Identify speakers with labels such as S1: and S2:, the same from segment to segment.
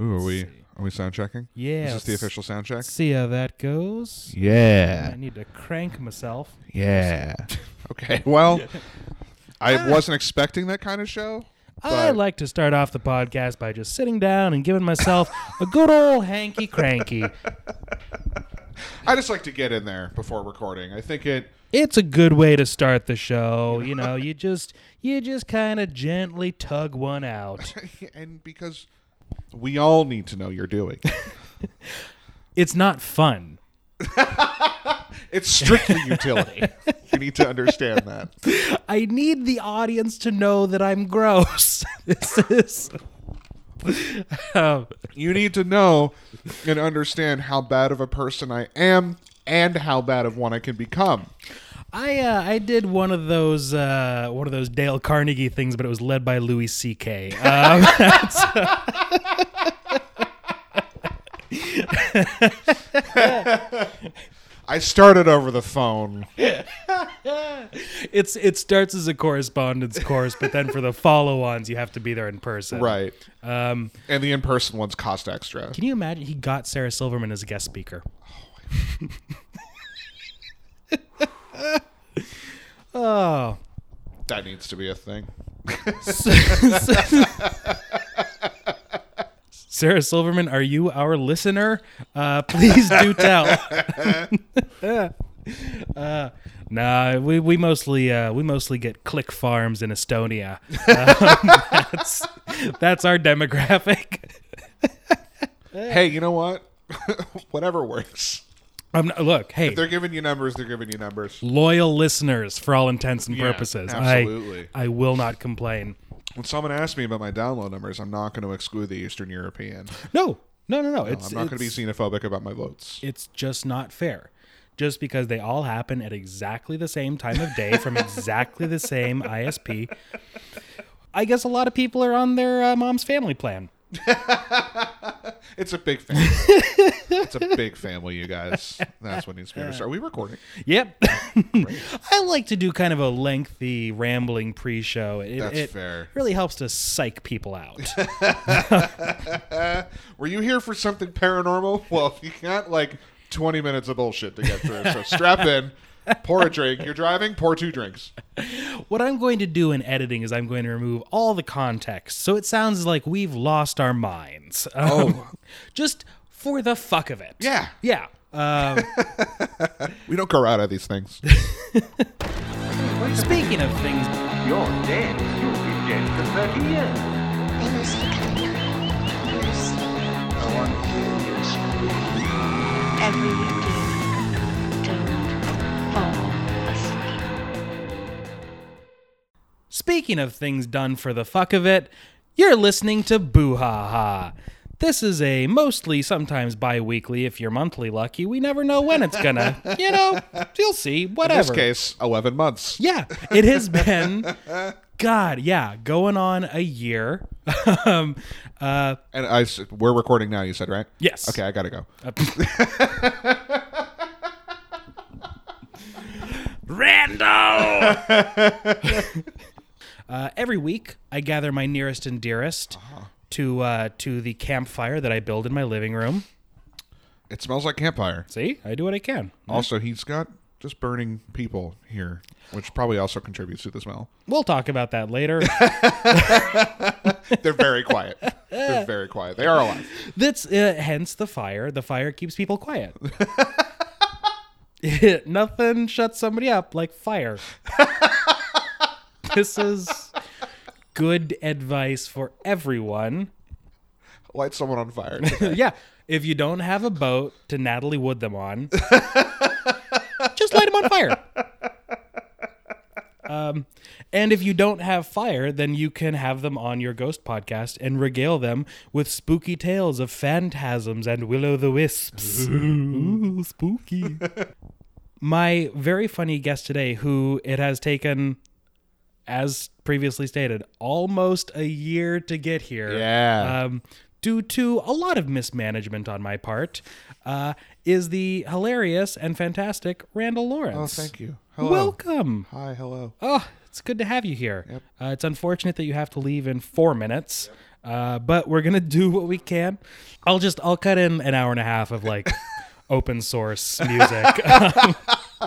S1: Ooh, are
S2: Let's
S1: we
S2: see.
S1: are we sound checking?
S2: Yeah.
S1: Is this the
S2: let's
S1: official sound check?
S2: See how that goes. I
S3: Yeah.
S2: need to crank myself.
S3: Yeah.
S1: Okay. Well, I wasn't expecting that kind of show.
S2: Ah. I
S1: But-
S2: like to start off the podcast by just sitting down and giving myself a good old hanky cranky.
S1: I just like to get in there before recording. I think it.
S2: It's a good way to start the show. You know, you just you just kind of gently tug one out.
S1: and because we all need to know you're doing.
S2: It's not fun.
S1: It's strictly utility. You need to understand that.
S2: I need the audience to know that I'm gross. this is um,
S1: You need to know and understand how bad of a person I am and how bad of one I can become.
S2: I uh, I did one of those uh, one of those Dale Carnegie things, but it was led by Louis C.K. Um, that's-
S1: I started over the phone.
S2: it's it starts as a correspondence course, but then for the follow-ons, you have to be there in person.
S1: Right.
S2: Um,
S1: And the in person ones cost extra.
S2: can you imagine? He got Sarah Silverman as a guest speaker. oh.
S1: That needs to be a thing.
S2: Sarah Silverman, are you our listener? Uh, please do tell. uh, nah, we, we mostly uh, we mostly get click farms in Estonia. Um, that's, that's our demographic.
S1: Hey, you know what? Whatever works.
S2: I'm not, look, hey,
S1: They're giving you numbers, they're giving you numbers.
S2: loyal listeners for all intents and
S1: Yeah,
S2: purposes.
S1: absolutely.
S2: I, I will not complain.
S1: When someone asks me about my download numbers, I'm not going to exclude the Eastern European.
S2: No, no, no, no. it's
S1: I'm not going to be
S2: it's-
S1: xenophobic about my votes.
S2: it's just not fair just because they all happen at exactly the same time of day from exactly the same ISP. I guess a lot of people are on their uh, mom's family plan.
S1: It's a big family. it's a big family, you guys. That's what needs to be understood. Are we recording?
S2: Yep. I like to do kind of a lengthy, rambling pre show. It,
S1: That's
S2: it
S1: fair.
S2: really helps to psych people out.
S1: Were you here for something paranormal? Well, you got like 20 minutes of bullshit to get through. So strap in, pour a drink. You're driving, pour two drinks.
S2: what I'm going to do in editing is I'm going to remove all the context so it sounds like we've lost our minds. Um,
S1: Oh.
S2: Just for the fuck of it.
S1: Yeah.
S2: Yeah. Um,
S1: We don't grow out of these things.
S2: speaking of things.
S4: You're dead. You'll be dead for 30 years.
S5: They mostly come in nine. Mostly. Every weekend. Don't fall asleep.
S2: Speaking of things done for the fuck of it, you're listening to Boo Ha Ha. This is a mostly, sometimes bi weekly, if you're monthly lucky. We never know when it's gonna, you know, you'll see,
S1: In this
S2: whatever.
S1: case, 11 months.
S2: Yeah, it has been, God, yeah, going on a year. um, uh,
S1: And I, s- we're recording now, you said, right?
S2: Yes. Uh,
S1: Okay, I got to go.
S2: Randall! uh, every week, I gather my nearest and dearest
S1: Uh-huh.
S2: to uh, to the campfire that I build in my living room.
S1: It smells like campfire.
S2: See, I do what I can.
S1: Also, he's got just burning people here, which probably also contributes to the smell.
S2: We'll talk about that later.
S1: They're very quiet. They're very quiet. They are alive.
S2: That's uh, hence the fire. The fire keeps people quiet. Nothing shuts somebody up like fire. this is good advice for everyone.
S1: Light someone on fire.
S2: yeah, if you don't have a boat to Natalie Wood them on, just light them on fire. Um, and if you don't have fire, then you can have them on your ghost podcast and regale them with spooky tales of phantasms and will o' the wisps. Ooh, spooky. My very funny guest today, who it has taken, as previously stated, almost a year to get here
S1: Yeah.
S2: um, due to a lot of mismanagement on my part, uh, is the hilarious and fantastic Randall
S1: Oh,
S2: Lawrence.
S1: thank you. Hello.
S2: Welcome.
S1: Hi, hello.
S2: Oh, it's good to have you here. Uh, it's unfortunate that you have to leave in four minutes. Uh, but we're gonna do what we can. I'll just I'll cut in an hour and a half of like open source music.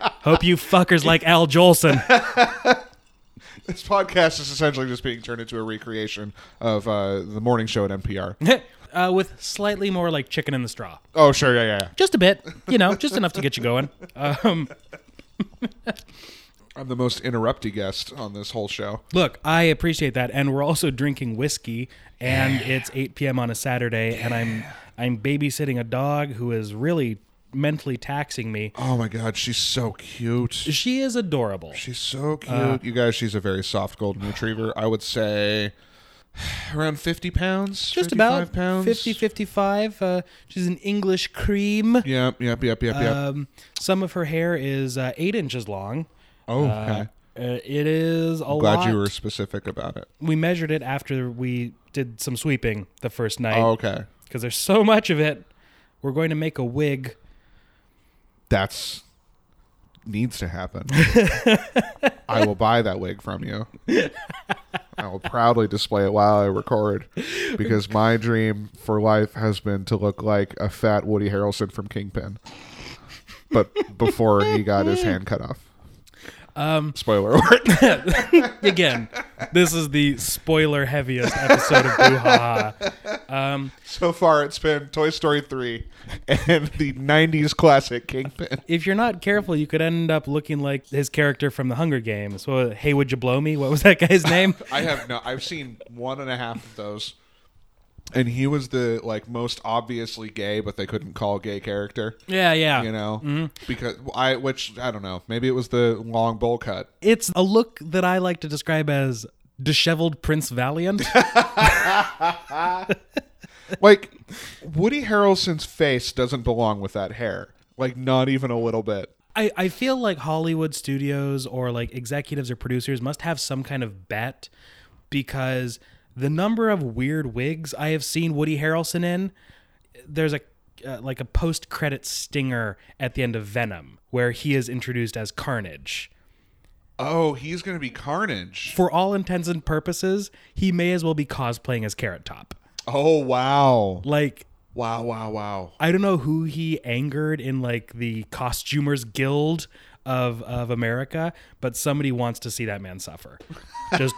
S2: Hope you fuckers like Al Jolson.
S1: This podcast is essentially just being turned into a recreation of uh, the morning show at NPR.
S2: uh, with slightly more like chicken in the straw.
S1: Oh, sure, yeah, yeah. yeah.
S2: Just a bit, you know, just enough to get you going. Um,
S1: I'm the most interrupty guest on this whole show.
S2: look, I appreciate that, and we're also drinking whiskey, and it's 8 p.m. on a Saturday, and I'm I'm babysitting a dog who is really mentally taxing me.
S1: Oh my God, she's so cute.
S2: She is adorable.
S1: She's so cute.
S2: Uh,
S1: you guys, she's a very soft golden retriever. I would say around 50 pounds.
S2: just
S1: 55
S2: about
S1: pounds.
S2: fifty, fifty-five. 50 55 uh, she's an english cream
S1: Yep, yep, yep, yep, yep.
S2: um, some of her hair is uh, eight inches long
S1: oh, okay.
S2: Uh, uh, it is a
S1: Glad
S2: lot
S1: you were specific about it.
S2: we measured it after we did some sweeping the first night
S1: Oh, okay.
S2: because there's so much of it we're going to make a wig
S1: That's needs to happen. I will buy that wig from you. I will proudly display it while I record because my dream for life has been to look like a fat Woody Harrelson from Kingpin. But before he got his hand cut off. Um, Spoiler alert.
S2: again this is the spoiler heaviest episode of boo ha Ha.
S1: So far, it's been Toy Story 3 and the 90s classic Kingpin.
S2: if you're not careful you could end up looking like his character from the hunger games well, hey would you blow me what was that guy's name
S1: I have no. I've seen one and a half of those, and he was the like most obviously gay, but they couldn't call gay character.
S2: yeah yeah
S1: You know, because I, which I don't know, maybe it was the long bowl cut.
S2: it's a look that I like to describe as disheveled Prince Valiant.
S1: Like Woody Harrelson's face doesn't belong with that hair. Like not even a little bit.
S2: I, I feel like Hollywood studios or like executives or producers must have some kind of bet because the number of weird wigs I have seen Woody Harrelson in, there's a uh, like a post credit stinger at the end of Venom where he is introduced as Carnage.
S1: Oh, he's gonna be Carnage.
S2: For all intents and purposes, he may as well be cosplaying as Carrot Top.
S1: Oh wow,
S2: Like
S1: wow, wow, wow.
S2: I don't know who he angered in like the costumers guild of of America, but somebody wants to see that man suffer. Just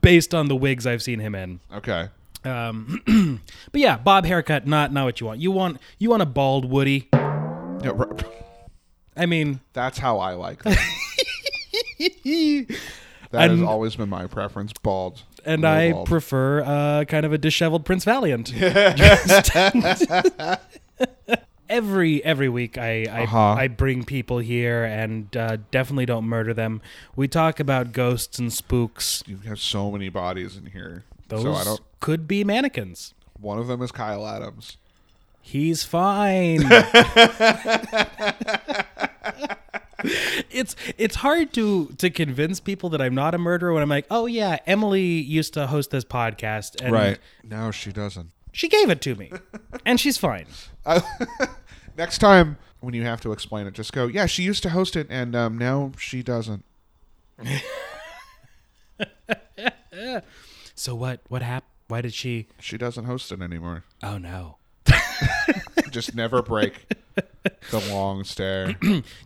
S2: based on the wigs I've seen him in.
S1: Okay.
S2: Um, but yeah, bob haircut, not not what you want. You want you want a bald Woody.
S1: Yeah, right.
S2: I mean,
S1: That's how I like them. That has
S2: And-
S1: always been my preference. Bald.
S2: and
S1: Really
S2: I
S1: bald.
S2: prefer uh, kind of a disheveled Prince Valiant. every every week, I I,
S1: Uh-huh.
S2: I bring people here and uh, definitely don't murder them. We talk about ghosts and spooks.
S1: You have so many bodies in here.
S2: Those
S1: So I don't.
S2: could be mannequins.
S1: One of them is Kyle Adams.
S2: He's fine. it's it's hard to to convince people that I'm not a murderer when I'm like, oh yeah, Emily used to host this podcast and
S1: No, she doesn't.
S2: she gave it to me, and she's fine.
S1: Next time when you have to explain it, just go. Yeah, she used to host it, and um, now she doesn't.
S2: So what what happened? Why did she?
S1: She doesn't host it anymore.
S2: Oh no.
S1: Just never break the long stare.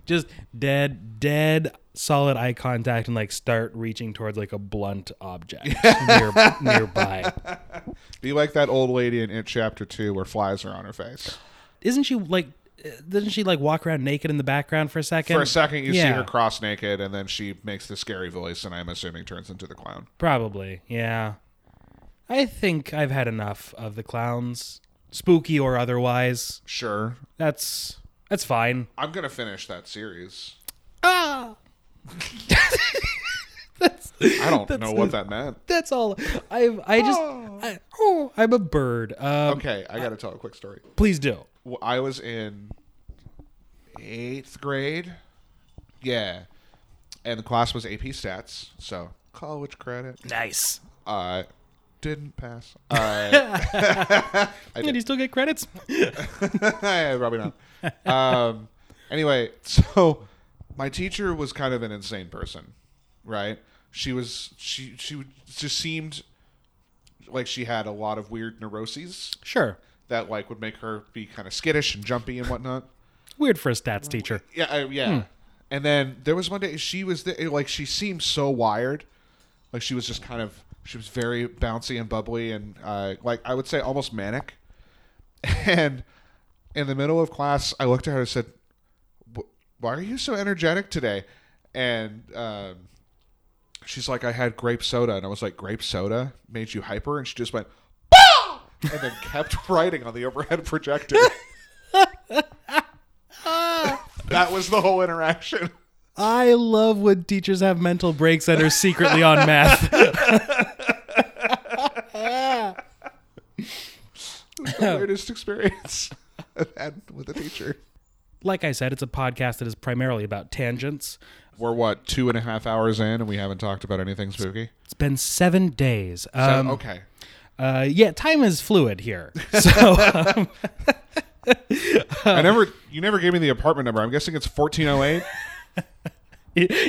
S2: Just dead, dead, solid eye contact, and like start reaching towards like a blunt object near, nearby.
S1: Be like that old lady in It Chapter Two, where flies are on her face.
S2: Isn't she like? uh, Doesn't she like walk around naked in the background for a second?
S1: For a second, you see
S2: Yeah.
S1: her cross naked, and then she makes the scary voice, and I'm assuming turns into the clown.
S2: Probably, yeah. I think I've had enough of the clowns, spooky or otherwise.
S1: Sure,
S2: That's that's fine.
S1: I'm gonna finish that series.
S2: Ah,
S1: I don't know what that meant.
S2: that's all. I've I just I, oh, I'm a bird. Um,
S1: Okay, I gotta tell a quick story.
S2: please do.
S1: Well, I was in eighth grade. Yeah. And the class was AP stats. So college credit.
S2: Nice.
S1: I didn't pass. I,
S2: Did you still get credits?
S1: probably not. Um, anyway, so my teacher was kind of an insane person, right? She was, she, she just seemed like she had a lot of weird neuroses
S2: Sure.
S1: that like would make her be kind of skittish and jumpy and whatnot.
S2: Weird for a stats teacher.
S1: Yeah, uh, yeah. And then there was one day she was the, like she seemed so wired, like she was just kind of she was very bouncy and bubbly and uh, like I would say almost manic. And in the middle of class, I looked at her and said, "Wh- "Why are you so energetic today?" And um, she's like, "I had grape soda," and I was like, "Grape soda made you hyper?" And she just went, "Bah!" and then kept writing on the overhead projector. that was the whole interaction.
S2: I love when teachers have mental breaks that are secretly on math.
S1: the weirdest experience I've had with a teacher.
S2: Like I said, it's a podcast that is primarily about tangents.
S1: We're what two and a half hours in, and we haven't talked about anything spooky.
S2: It's been seven days.
S1: So,
S2: Um,
S1: okay,
S2: uh, yeah, time is fluid here. So um,
S1: I never, you never gave me the apartment number. I'm guessing it's 1408.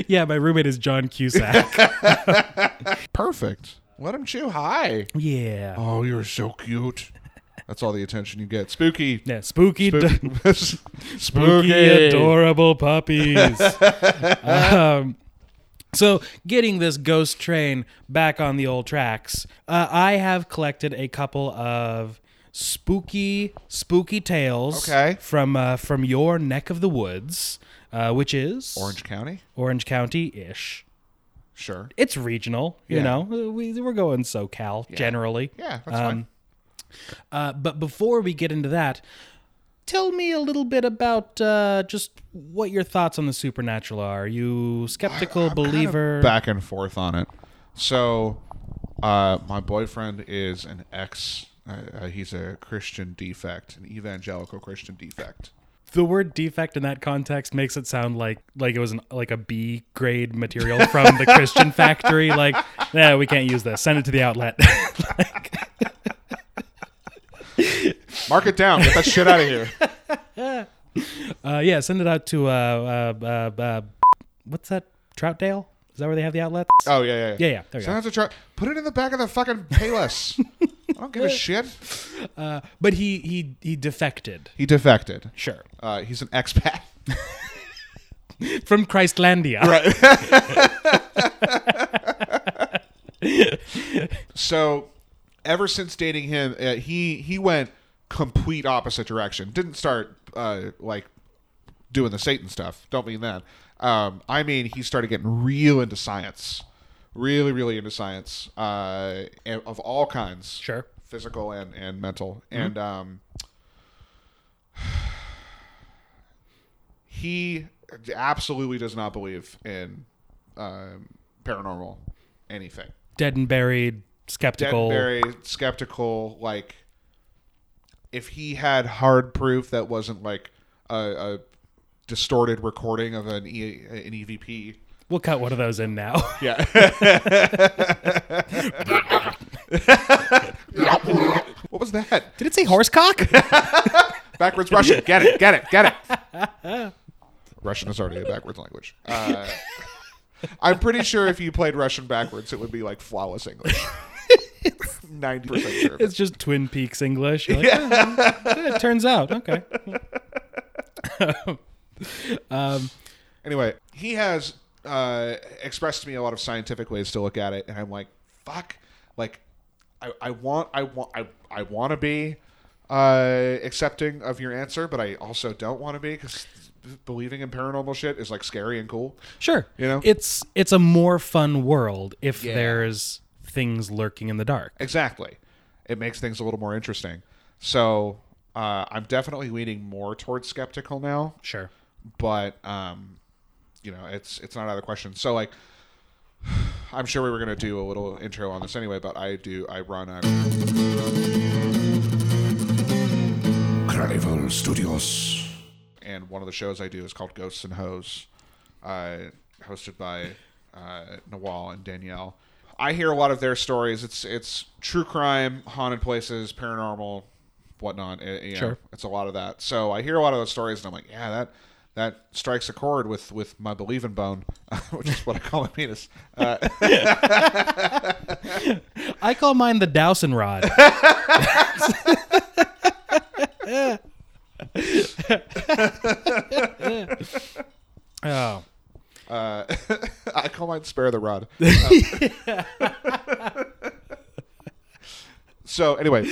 S2: yeah, my roommate is John Cusack.
S1: Perfect. Let him chew. Hi.
S2: yeah.
S1: Oh, you're so cute. That's all the attention you get. Spooky.
S2: Yeah, spooky,
S1: Spook-
S2: spooky,
S1: spooky.
S2: adorable puppies. um, so, getting this ghost train back on the old tracks, uh, I have collected a couple of spooky, spooky tales
S1: Okay.
S2: from uh, from your neck of the woods, uh, which is
S1: Orange County.
S2: Orange County ish.
S1: Sure.
S2: It's regional, you
S1: Yeah.
S2: know. We, we're going SoCal generally.
S1: Yeah, that's
S2: Um,
S1: fine.
S2: Uh, but before we get into that, tell me a little bit about uh, just what your thoughts on the supernatural are. Are you skeptical, believer?
S1: Back and forth on it. So, uh, my boyfriend is an ex. Uh, uh, he's a Christian defect, an evangelical Christian defect.
S2: The word defect in that context makes it sound like like it was an, like a B grade material from the Christian factory. Like, yeah, we can't use this. Send it to the outlet.
S1: Mark it down. Get that shit out of here.
S2: uh, yeah, send it out to uh, uh, uh, uh, what's that? Troutdale? Is that where they have the outlets?
S1: Oh yeah, yeah,
S2: Yeah, yeah, there you go.
S1: Sometimes I try. Put it in the back of the fucking Payless. I don't give a shit.
S2: Uh, but he he he defected.
S1: He defected.
S2: Sure,
S1: Uh, he's an expat.
S2: from Christlandia.
S1: So, ever since dating him, uh, he he went complete opposite direction. Didn't start uh, like doing the Satan stuff. Don't mean that. Um, I mean he started getting real into science, really, really into science uh, and- of all kinds.
S2: Sure.
S1: physical and and mental. And um, he absolutely does not believe in um, paranormal anything.
S2: dead and buried,
S1: Dead
S2: skeptical.
S1: and very skeptical. Like, if he had hard proof that wasn't like a, a distorted recording of an, e, an EVP.
S2: We'll cut one of those in now.
S1: Yeah. what was that?
S2: Did it say horsecock?
S1: Backwards Russian. Get it. Get it. Get it. Russian is already a backwards language. Uh, I'm pretty sure if you played Russian backwards, it would be like flawless English. Ninety percent sure. of it.
S2: it's just Twin Peaks English. You're like, "Oh, yeah, it turns out. Okay. um,
S1: Anyway, he has uh, expressed to me a lot of scientific ways to look at it, and I'm like, fuck, like, I, I want, I want, I, I want to be uh, accepting of your answer, but I also don't want to be because believing in paranormal shit is like scary and cool.
S2: sure.
S1: You know?
S2: it's it's a more fun world if
S1: Yeah.
S2: there's things lurking in the dark.
S1: Exactly, it makes things a little more interesting. So uh, I'm definitely leaning more towards skeptical now.
S2: Sure.
S1: but um you know it's it's not out of the question so like i'm sure we were going to do a little intro on this anyway but i do i run a
S3: Carnival Studios.
S1: and one of the shows i do is called ghosts and hoes uh hosted by uh nawal and danielle i hear a lot of their stories it's it's true crime haunted places paranormal whatnot eh, you know,
S2: Sure.
S1: it's a lot of that so i hear a lot of those stories and i'm like yeah that that strikes a chord with with my belief in bone which is what i call a penis uh,
S2: I call mine the Dowson rod. oh.
S1: Uh, I call mine spare the rod. Um, so anyway,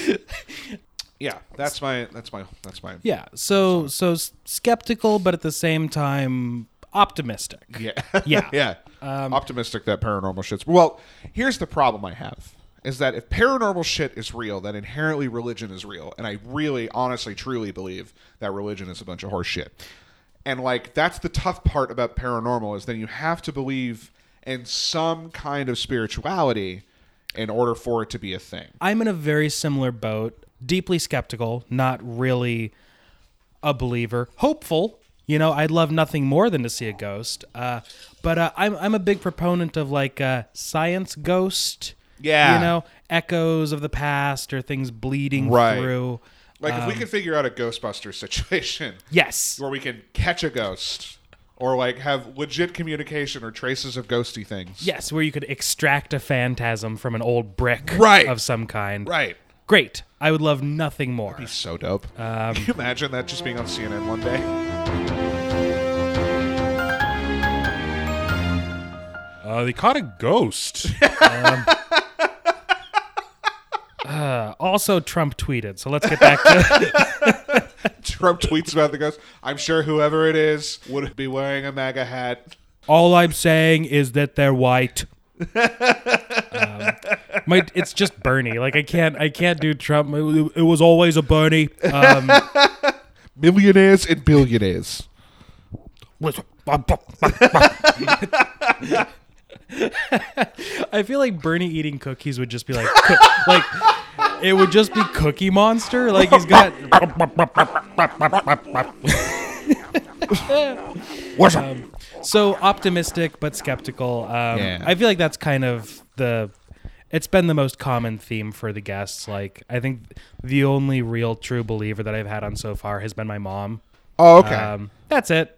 S1: yeah, that's my that's my that's my
S2: Yeah. So so s- skeptical, but at the same time optimistic.
S1: yeah
S2: Yeah.
S1: yeah optimistic that paranormal shit's well. Here's the problem I have is that if paranormal shit is real, then inherently religion is real, and I really, honestly, truly believe that religion is a bunch of horse shit. And like that's the tough part about paranormal is then you have to believe in some kind of spirituality in order for it to be a thing.
S2: I'm in a very similar boat. Deeply skeptical, not really a believer. Hopeful, you know, I'd love nothing more than to see a ghost. Uh, but uh, I'm I'm a big proponent of like uh, science ghost.
S1: Yeah.
S2: You know, echoes of the past or things bleeding
S1: Right.
S2: through.
S1: Like if we could figure out a Ghostbuster situation
S2: Yes.
S1: where we can catch a ghost or like have legit communication or traces of ghosty things.
S2: Yes, where you could extract a phantasm from an old brick
S1: Right.
S2: of some kind.
S1: Right.
S2: Great. I would love nothing more.
S1: So dope.
S2: Um,
S1: Can you imagine that just being on CNN one day?
S3: Uh, they caught a ghost. Um,
S2: Uh, Also, Trump tweeted. So let's get back to.
S1: Trump tweets about the ghost. I'm sure whoever it is would be wearing a MAGA hat.
S2: All I'm saying is that they're white. um, my, it's just Bernie. Like I can't, I can't do Trump. It, it was always a Bernie. Um,
S1: Millionaires and billionaires.
S2: I feel like Bernie eating cookies would just be like, cook, like it would just be Cookie Monster. Like he's got
S1: What's up?
S3: Um,
S2: so optimistic but skeptical. Um,
S1: Yeah.
S2: I feel like that's kind of the. It's been the most common theme for the guests. Like I think the only real true believer that I've had on so far has been my mom.
S1: oh, okay.
S2: Um, that's it.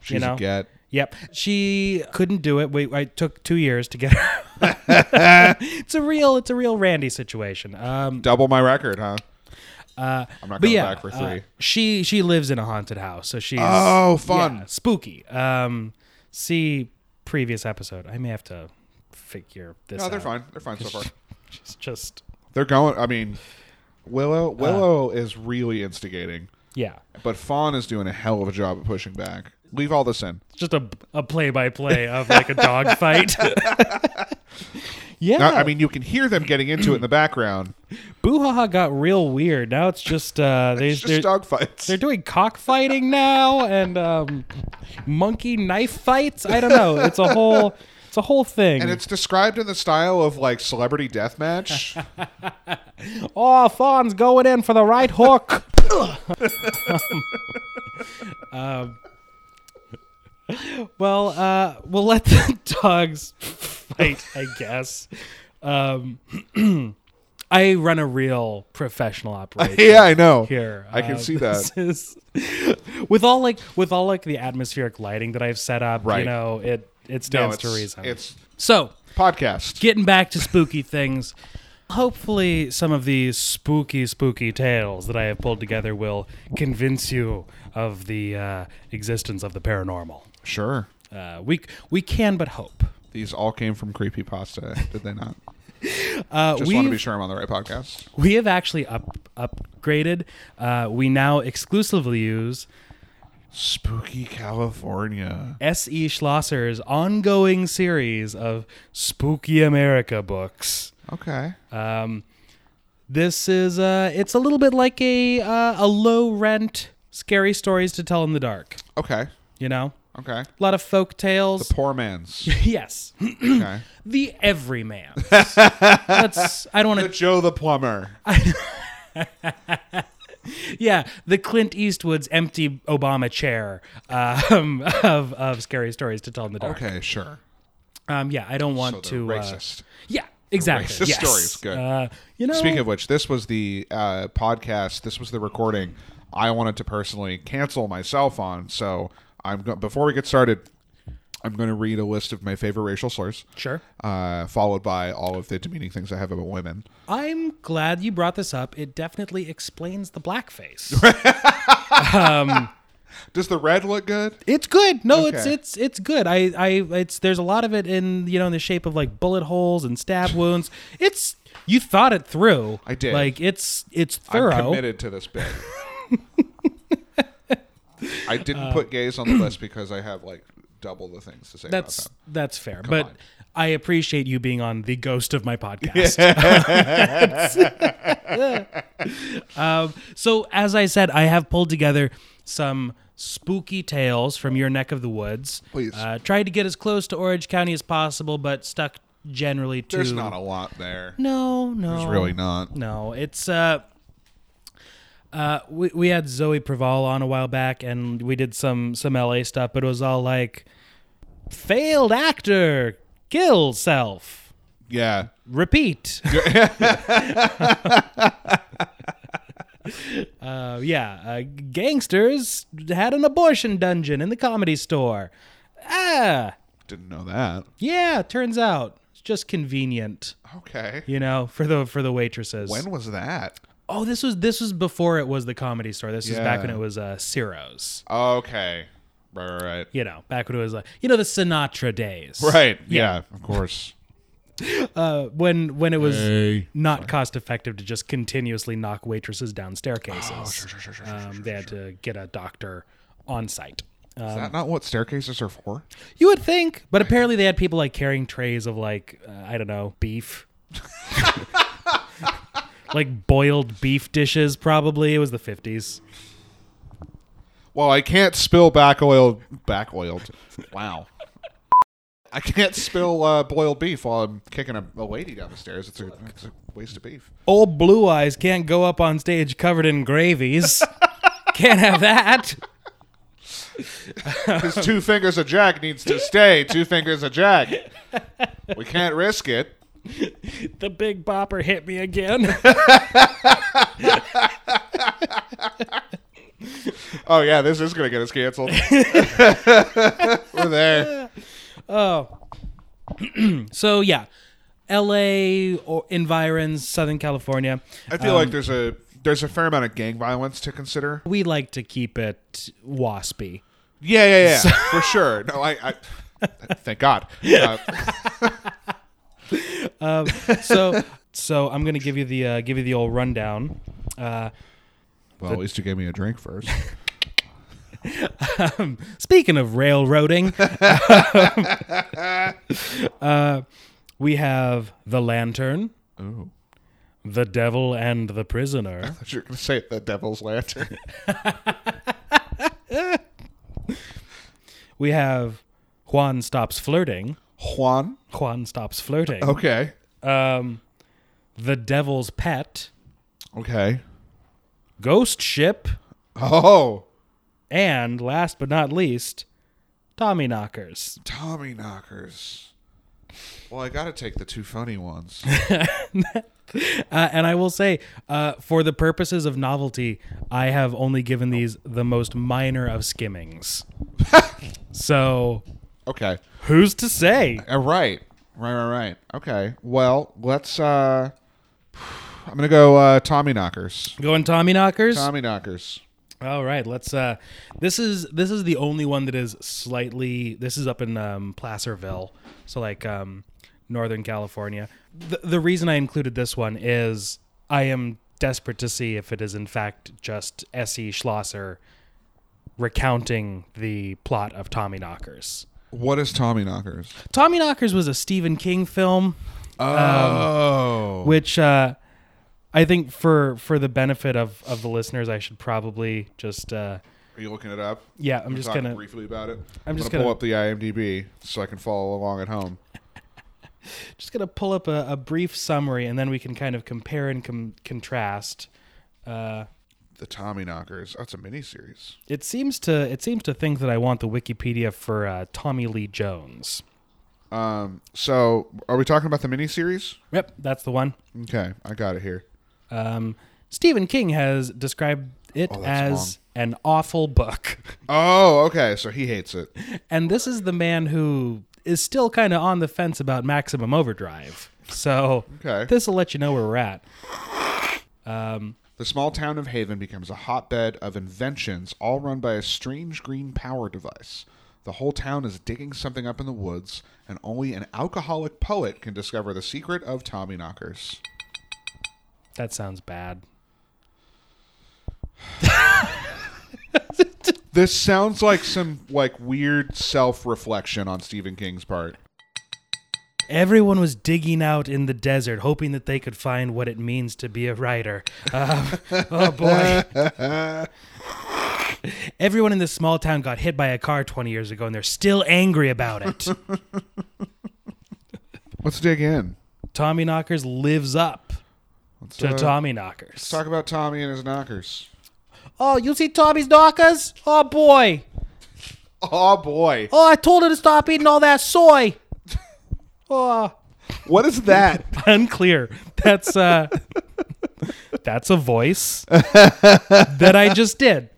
S1: She's
S2: you know.
S1: a get.
S2: Yep, she couldn't do it. Wait, I took two years to get her. it's a real, it's a real Randy situation. Um,
S1: Double my record, huh? I'm not
S2: but
S1: going
S2: yeah,
S1: back for
S2: uh,
S1: three.
S2: she she lives in a haunted house, so she's
S1: Oh, fun.
S2: yeah, spooky. Um, see previous episode. I may have to figure this.
S1: no, they're
S2: out.
S1: fine. They're fine so far.
S2: She's just
S1: They're going. I mean,
S2: Uh.
S1: Willow. Willow is really instigating,
S2: yeah,
S1: but Fawn is doing a hell of a job at pushing back. Leave all this in.
S2: just a a play by play of like a dog fight. yeah,
S1: Now, I mean, you can hear them getting into it in the background.
S2: Brouhaha got real weird. Now it's just uh, they,
S1: It's
S2: they're
S1: just dog fights.
S2: they're doing cockfighting now and um, monkey knife fights. I don't know. It's a whole it's a whole thing.
S1: and it's described in the style of like celebrity deathmatch.
S2: oh, Fawn's going in for the right hook. um, well, uh, we'll let the dogs fight, I guess. Um, I run a real professional operation.
S1: yeah, I know.
S2: here.
S1: I can
S2: Uh,
S1: see that.
S2: this is- with all like with all like the atmospheric lighting that I've set up, you
S1: Right.
S2: know, it it
S1: No,
S2: stands
S1: it's,
S2: to reason.
S1: it's
S2: so
S1: podcast.
S2: getting back to spooky things. Hopefully, some of these spooky, spooky tales that I have pulled together will convince you of the uh, existence of the paranormal.
S1: sure.
S2: Uh, we we can but hope.
S1: These all came from creepypasta, did they not?
S2: Uh,
S1: Just
S2: we
S1: want to be sure I'm on the right podcast.
S2: we have actually up upgraded. Uh, we now exclusively use
S1: Spooky California.
S2: S.E. E Schlosser's ongoing series of spooky America books.
S1: Okay.
S2: Uh, This is uh it's a little bit like a uh, a low rent scary stories to tell in the dark,
S1: okay.
S2: you know?
S1: Okay.
S2: A lot of folk tales.
S1: Poor man's.
S2: yes.
S1: Okay.
S2: The everyman. That's I don't
S1: the
S2: want to
S1: Joe the plumber.
S2: yeah, the Clint Eastwood's empty Obama chair um, of of scary stories to tell in the dark.
S1: Okay, sure.
S2: Um yeah, I don't want
S1: so
S2: to
S1: they're
S2: uh,
S1: racist.
S2: yeah, exactly.
S1: Racist
S2: yes.
S1: stories, good.
S2: Uh, you know
S1: Speaking of which, this was the uh, podcast. This was the recording I wanted to personally cancel myself on. So I'm go- before we get started, I'm going to read a list of my favorite racial slurs,
S2: Sure.
S1: uh, followed by all of the demeaning things I have about women.
S2: I'm glad you brought this up. It definitely explains the blackface.
S1: Does the red look good?
S2: It's good. No, it's
S1: Okay.
S2: it's it's good. I I it's there's a lot of it in you know in the shape of like bullet holes and stab wounds. It's you thought it through.
S1: I did.
S2: Like it's it's thorough.
S1: I'm committed to this bit. I
S2: Uh,
S1: didn't put gays on the list because I have like double the things to say
S2: That's
S1: about
S2: that's fair. but
S1: on.
S2: I appreciate you being on the ghost of my podcast. um, so as I said, I have pulled together some spooky tales from your neck of the woods.
S1: Please.
S2: Uh, tried to get as close to Orange County as possible, but stuck generally to
S1: that. There's not a lot there.
S2: No, no.
S1: There's really not.
S2: No, it's uh, uh, we we had Zoe Preval on a while back, and we did some some LA stuff, but it was all like failed actor kill self
S1: Yeah.
S2: repeat. uh, yeah, uh, gangsters had an abortion dungeon in the comedy store. Ah,
S1: Didn't know that.
S2: yeah. Turns out it's just convenient,
S1: Okay.
S2: you know, for the for the waitresses.
S1: When was that?
S2: Oh, this was this was before it was the comedy store. This was back when
S1: Yeah.
S2: it was uh Ciro's.
S1: Okay. Right, right, right.
S2: You know, back when it was like you know the Sinatra days.
S1: Right. Yeah, of course.
S2: Uh, when when it was not cost effective to just continuously knock waitresses down staircases.
S1: Oh,
S2: um, they had to get a doctor on site. Uh,
S1: Is that not what staircases are for?
S2: you would think, but apparently they had people like carrying trays of like uh, I don't know beef. like boiled beef dishes probably it was the 50s
S1: Well, I can't spill back oiled back oiled. Wow. I can't spill uh, boiled beef while I'm kicking a, a lady down the stairs. It's a, it's a waste of beef.
S2: old blue eyes can't go up on stage covered in gravies. can't have that.
S1: His two fingers a jack needs to stay. Two fingers a jack. We can't risk it.
S2: The big bopper hit me again.
S1: Oh yeah, this is gonna get us canceled. We're there.
S2: so yeah, L.A. or environs, Southern California.
S1: I feel like there's a there's a fair amount of gang violence to consider.
S2: We like to keep it waspy.
S1: Yeah, yeah, yeah, for sure. No, I, I thank God. Uh,
S2: So so I'm gonna give you the uh, give you the old rundown. Uh,
S1: well, at least you gave me a drink first.
S2: speaking of railroading, uh, we have the lantern, Oh.
S1: Ooh.
S2: the devil, and the prisoner.
S1: You're gonna say the Devil's Lantern.
S2: We have Juan stops flirting.
S1: Juan.
S2: Juan stops flirting.
S1: Okay.
S2: Um, the devil's pet,
S1: Okay.
S2: ghost ship,
S1: Oh,
S2: and last but not least, Tommy knockers.
S1: Tommy knockers. Well, I gotta take the two funny ones.
S2: Uh, and I will say, uh, for the purposes of novelty, I have only given these the most minor of skimmings. so
S1: Okay.
S2: who's to say?
S1: All Uh, right. Right, right, right. Okay. Well, let's uh I'm gonna go uh Tommy knockers.
S2: Going Tommy knockers.
S1: Tommy knockers.
S2: All right, let's. Uh, this is this is the only one that is slightly. This is up in um, Placerville, so like um, Northern California. The, the reason I included this one is I am desperate to see if it is in fact just S.E. Schlosser recounting the plot of Tommy Knockers.
S1: What is Tommy knockers?
S2: Tommy Knockers was a Stephen King film
S1: Oh.
S2: which uh, I think for for the benefit of of the listeners, I should probably just. Uh,
S1: Are you looking it up?
S2: yeah, I'm
S1: We're
S2: just
S1: talking
S2: gonna.
S1: briefly about it. I'm,
S2: just
S1: gonna,
S2: gonna-
S1: pull up the IMDb so I can follow along at home.
S2: just gonna pull up a, a brief summary and then we can kind of compare and com- contrast uh,
S1: The Tommy knockers. That's a miniseries.
S2: it seems to it seems to think that i want the wikipedia for uh, tommy lee jones
S1: Um so are we talking about the miniseries?
S2: yep that's the one
S1: Okay, I got it here.
S2: um, stephen king has described it
S1: Oh, that's
S2: as an awful book.
S1: Oh, okay. So he hates it.
S2: And this is the man who is still kind of on the fence about maximum overdrive. So
S1: Okay.
S2: this will let you know where we're at.
S1: The small town of Haven becomes a hotbed of inventions, all run by a strange green power device. The whole town is digging something up in the woods, and only an alcoholic poet can discover the secret of Tommy Knockers.
S2: That sounds bad.
S1: This sounds like some like weird self-reflection on Stephen King's part.
S2: Everyone was digging out in the desert, hoping that they could find what it means to be a writer. Uh, oh boy. Everyone in this small town got hit by a car 20 years ago, and they're still angry about it.
S1: Let's dig in.
S2: Tommy Knockers lives up
S1: Let's,
S2: to
S1: uh,
S2: Tommy Knockers.
S1: talk about Tommy and his knockers.
S2: Oh, you see Tommy's Knockers? Oh boy.
S1: Oh boy.
S2: Oh, I told her to stop eating all that soy. Oh,
S1: What is that?
S2: unclear. That's uh that's a voice that I just did.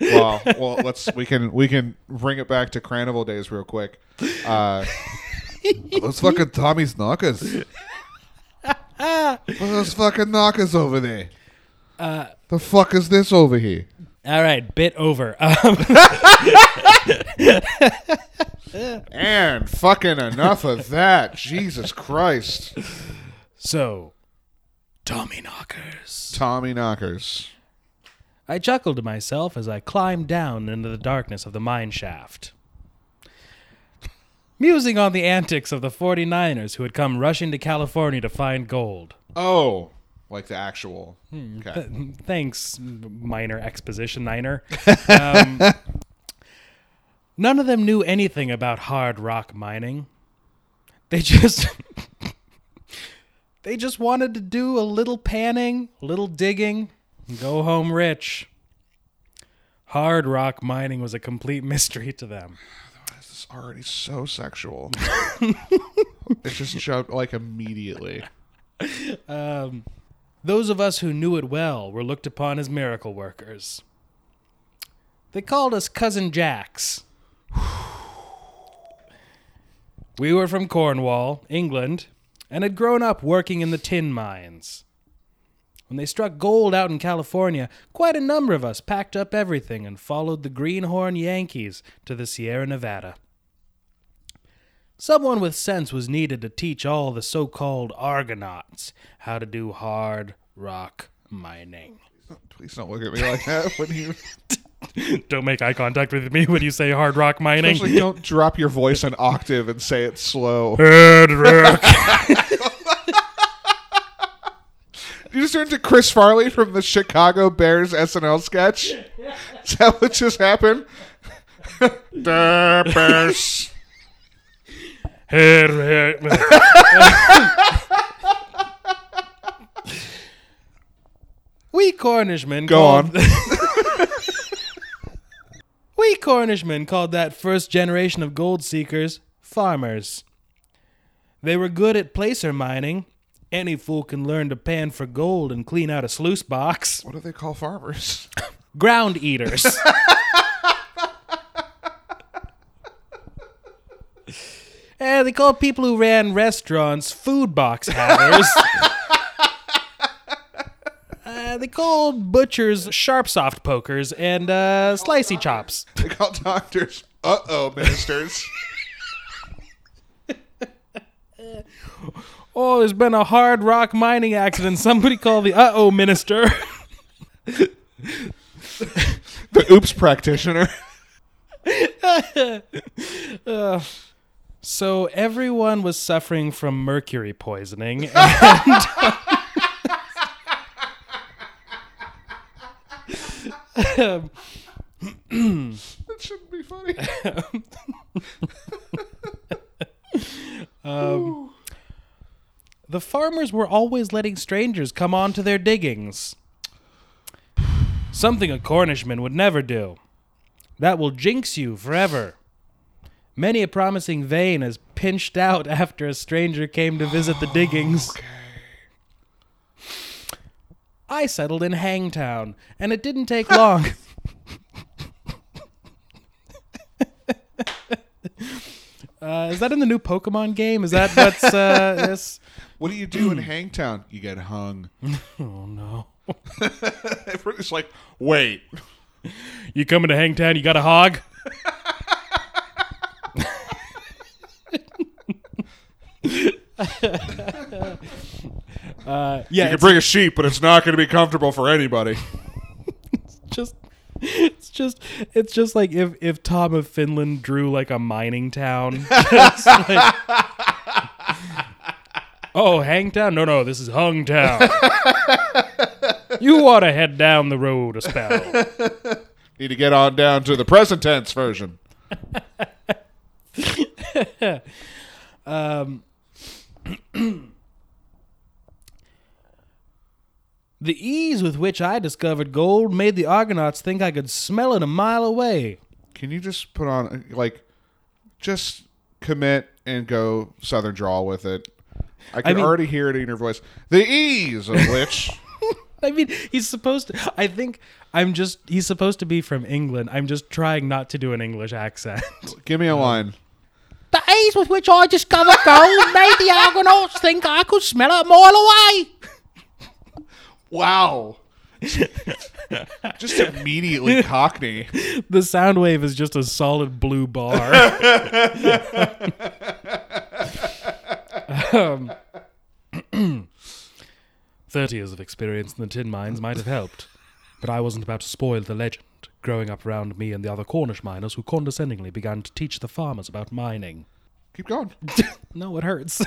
S1: well, well, let's we can we can bring it back to carnival days real quick. Uh, those fucking Tommy's knockers. Look at those fucking knockers over there.
S2: Uh,
S1: the fuck is this over here?
S2: All right, bit over. Um,
S1: And fucking enough of that. Jesus Christ.
S2: so, Tommy Knockers.
S1: Tommy knockers.
S2: I chuckled to myself as I climbed down into the darkness of the mine shaft. Musing on the antics of the 49ers who had come rushing to California to find gold.
S1: Oh, like the actual.
S2: Hmm,
S1: Okay.
S2: Thanks, minor exposition niner. Um, none of them knew anything about hard rock mining. They just they just wanted to do a little panning, a little digging, and go home rich. Hard rock mining was a complete mystery to them.
S1: It's already so sexual. it just jumped like immediately.
S2: Those of us who knew it well were looked upon as miracle workers. They called us Cousin Jacks. We were from Cornwall, England, and had grown up working in the tin mines. When they struck gold out in California, quite a number of us packed up everything and followed the Greenhorn Yankees to the Sierra Nevada. Someone with sense was needed to teach all the so called Argonauts how to do hard rock mining.
S1: Please don't look at me like that when you.
S2: Don't make eye contact with me when you say hard rock
S1: Especially don't drop your voice an octave and say it slow.
S2: Hard rock.
S1: You just turned to Chris Farley from the Chicago Bears SNL sketch. Is that what just happened? the Bears.
S2: we Cornishmen
S1: Go on.
S2: called- we Cornishmen called that first generation of gold seekers farmers. They were good at placer mining. Any fool can learn to pan for gold and clean out a sluice box.
S1: What do they call farmers?
S2: ground eaters. Eh, they called people who ran restaurants food box hatters. Uh, they called butchers sharp soft pokers and uh, slicey chops.
S1: They call doctors uh oh ministers.
S2: Oh, there's been a hard rock mining accident. Somebody call the uh oh minister.
S1: the oops practitioner.
S2: So everyone was suffering from mercury poisoning. And
S1: That shouldn't be funny.
S2: the farmers were always letting strangers come on to their diggings. Something a Cornishman would never do. That will jinx you forever. Many a promising vein is pinched out after a stranger came to visit the diggings. I settled in Hangtown, and it didn't take long. uh, is that in the new Pokemon game? Is that what's uh, this?
S1: What do you do in Hangtown? You get hung.
S2: Oh no!
S1: Everybody's like, wait.
S2: You coming to Hangtown? You got a hog? uh, yeah,
S1: You can bring a sheep, but it's not going to be comfortable for anybody.
S2: just it's just it's just like if if Tom of Finland drew like a mining town. It's like, oh, Hangtown? No, no, this is Hungtown. you want to head down the road a spell.
S1: Need to get on down to the present tense version.
S2: Um, the ease with which I discovered gold made the Argonauts think I could smell it a mile away.
S1: Can you just put on, like, just commit and go Southern drawl with it? I can
S2: mean-
S1: already hear it in your voice. The ease of which.
S2: I mean, he's supposed to. I think I'm just. He's supposed to be from England. I'm just trying not to do an English accent.
S1: Give me a line.
S2: The ease with which I discovered gold made the Argonauts think I could smell it a mile away.
S1: Wow. just immediately cockney.
S2: The sound wave is just a solid blue bar. um, 30 years of experience in the tin mines might have helped, but I wasn't about to spoil the legend growing up round me and the other Cornish miners who condescendingly began to teach the farmers about mining.
S1: Keep going.
S2: No, it hurts.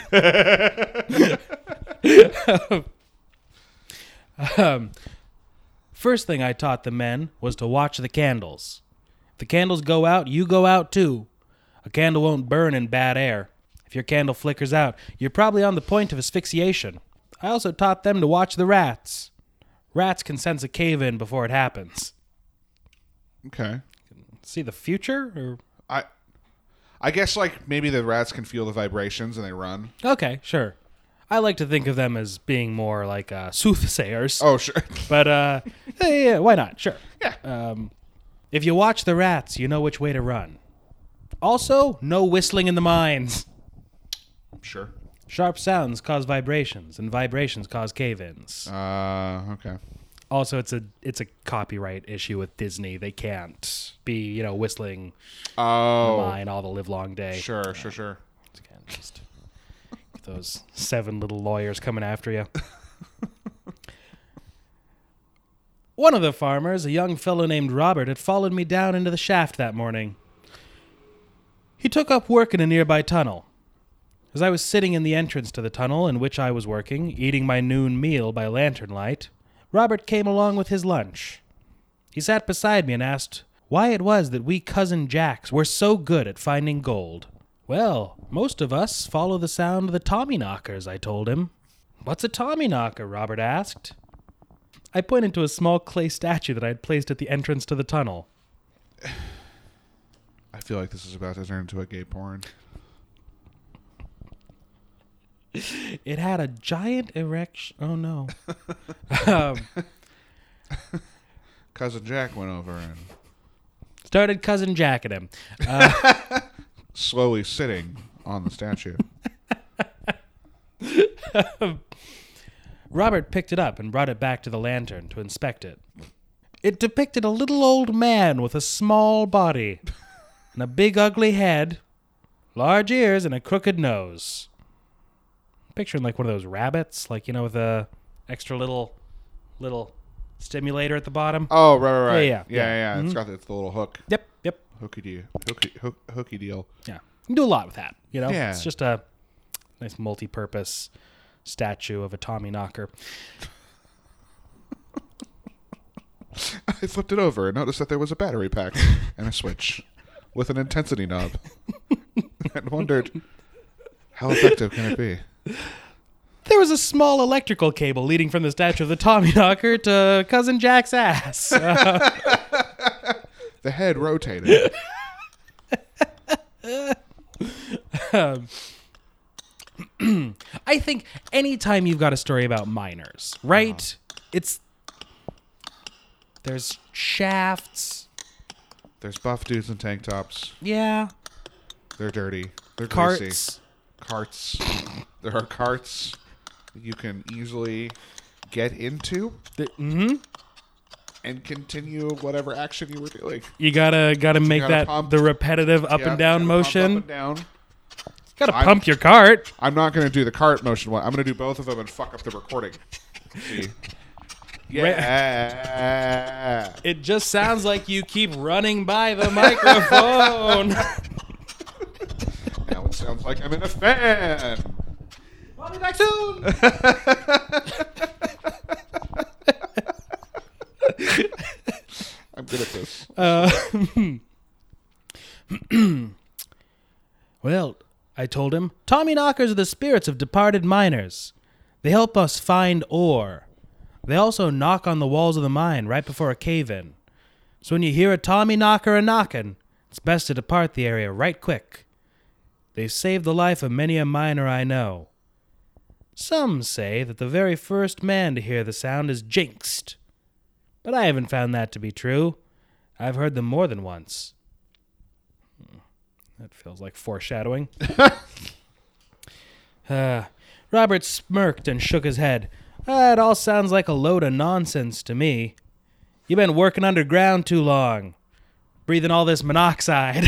S2: um, first thing I taught the men was to watch the candles. If the candles go out, you go out too. A candle won't burn in bad air. If your candle flickers out, you're probably on the point of asphyxiation. I also taught them to watch the rats. Rats can sense a cave in before it happens.
S1: Okay.
S2: See the future? Or
S1: I I guess like maybe the rats can feel the vibrations and they run.
S2: okay, sure. I like to think of them as being more like uh, soothsayers.
S1: Oh sure.
S2: But uh, yeah, yeah, yeah, why not? Sure.
S1: Yeah.
S2: Um, if you watch the rats, you know which way to run. Also, no whistling in the mines.
S1: Sure.
S2: Sharp sounds cause vibrations, and vibrations cause cave-ins.
S1: Uh okay.
S2: also, it's a it's a copyright issue with Disney. They can't be you know whistling
S1: Oh
S2: mine all the live long day.
S1: sure, sure, sure.
S2: It's kind of just those seven little lawyers coming after you. One of the farmers, a young fellow named Robert, had followed me down into the shaft that morning. He took up work in a nearby tunnel. As I was sitting in the entrance to the tunnel in which I was working, eating my noon meal by lantern light, Robert came along with his lunch. He sat beside me and asked why it was that we cousin Jacks were so good at finding gold. Well, most of us follow the sound of the Tommy knockers, I told him. What's a Tommy knocker? Robert asked. I pointed to a small clay statue that I had placed at the entrance to the tunnel.
S1: I feel like this is about to turn into a gay porn.
S2: It had a giant erection. Oh no. um,
S1: Cousin Jack went over and
S2: started cousin Jack at him.
S1: slowly sitting on the statue.
S2: Robert picked it up and brought it back to the lantern to inspect it. It depicted a little old man with a small body and a big ugly head, large ears, and a crooked nose. Picturing like one of those rabbits, like you know, with a extra little little stimulator at the bottom.
S1: Oh right, right, right.
S2: Yeah, yeah,
S1: yeah. Mm-hmm.
S2: yeah.
S1: yeah. It's got the, it's the little hook,
S2: Yep, yep.
S1: hooky deal, hooky, hook, hooky deal.
S2: Yeah. You can do a lot with that, you know?
S1: Yeah.
S2: It's just a nice multi purpose statue of a Tommy knocker.
S1: I flipped it over and noticed that there was a battery pack and a switch with an intensity knob, and wondered how effective can it be.
S2: There was a small electrical cable leading from the statue of the Tommy knocker to cousin Jack's ass. Uh,
S1: The head rotated. Uh-huh.
S2: I think anytime you've got a story about miners, right? It's There's shafts.
S1: There's buff dudes in tank tops.
S2: Yeah.
S1: They're dirty. They're greasy.
S2: Carts.
S1: Carts. There are carts that you can easily get into
S2: mm-hmm.
S1: and continue whatever action you were doing.
S2: You gotta gotta make
S1: gotta
S2: that
S1: pump.
S2: the repetitive up
S1: Yeah,
S2: and down
S1: pump
S2: motion.
S1: Up and down.
S2: gotta
S1: I'm-
S2: pump your cart.
S1: I'm not going to do the cart motion one. I'm going to do both of them and fuck up the recording. Let's see. Yeah.
S2: It just sounds like you keep running by the microphone.
S1: now it sounds like I'm in a fan.
S2: I'll be back soon.
S1: I'm good at this.
S2: Well, I told him, Tommy knockers are the spirits of departed miners. They help us find ore. They also knock on the walls of the mine right before a cave in. So when you hear a Tommy knocker a knockin', it's best to depart the area right quick. They've saved the life of many a miner I know. Some say that the very first man to hear the sound is jinxed. But I haven't found that to be true. I've heard them more than once. Hmm. That feels like foreshadowing. uh, Robert smirked and shook his head. "Ah, it all sounds like a load of nonsense to me. You've been working underground too long, breathing all this monoxide.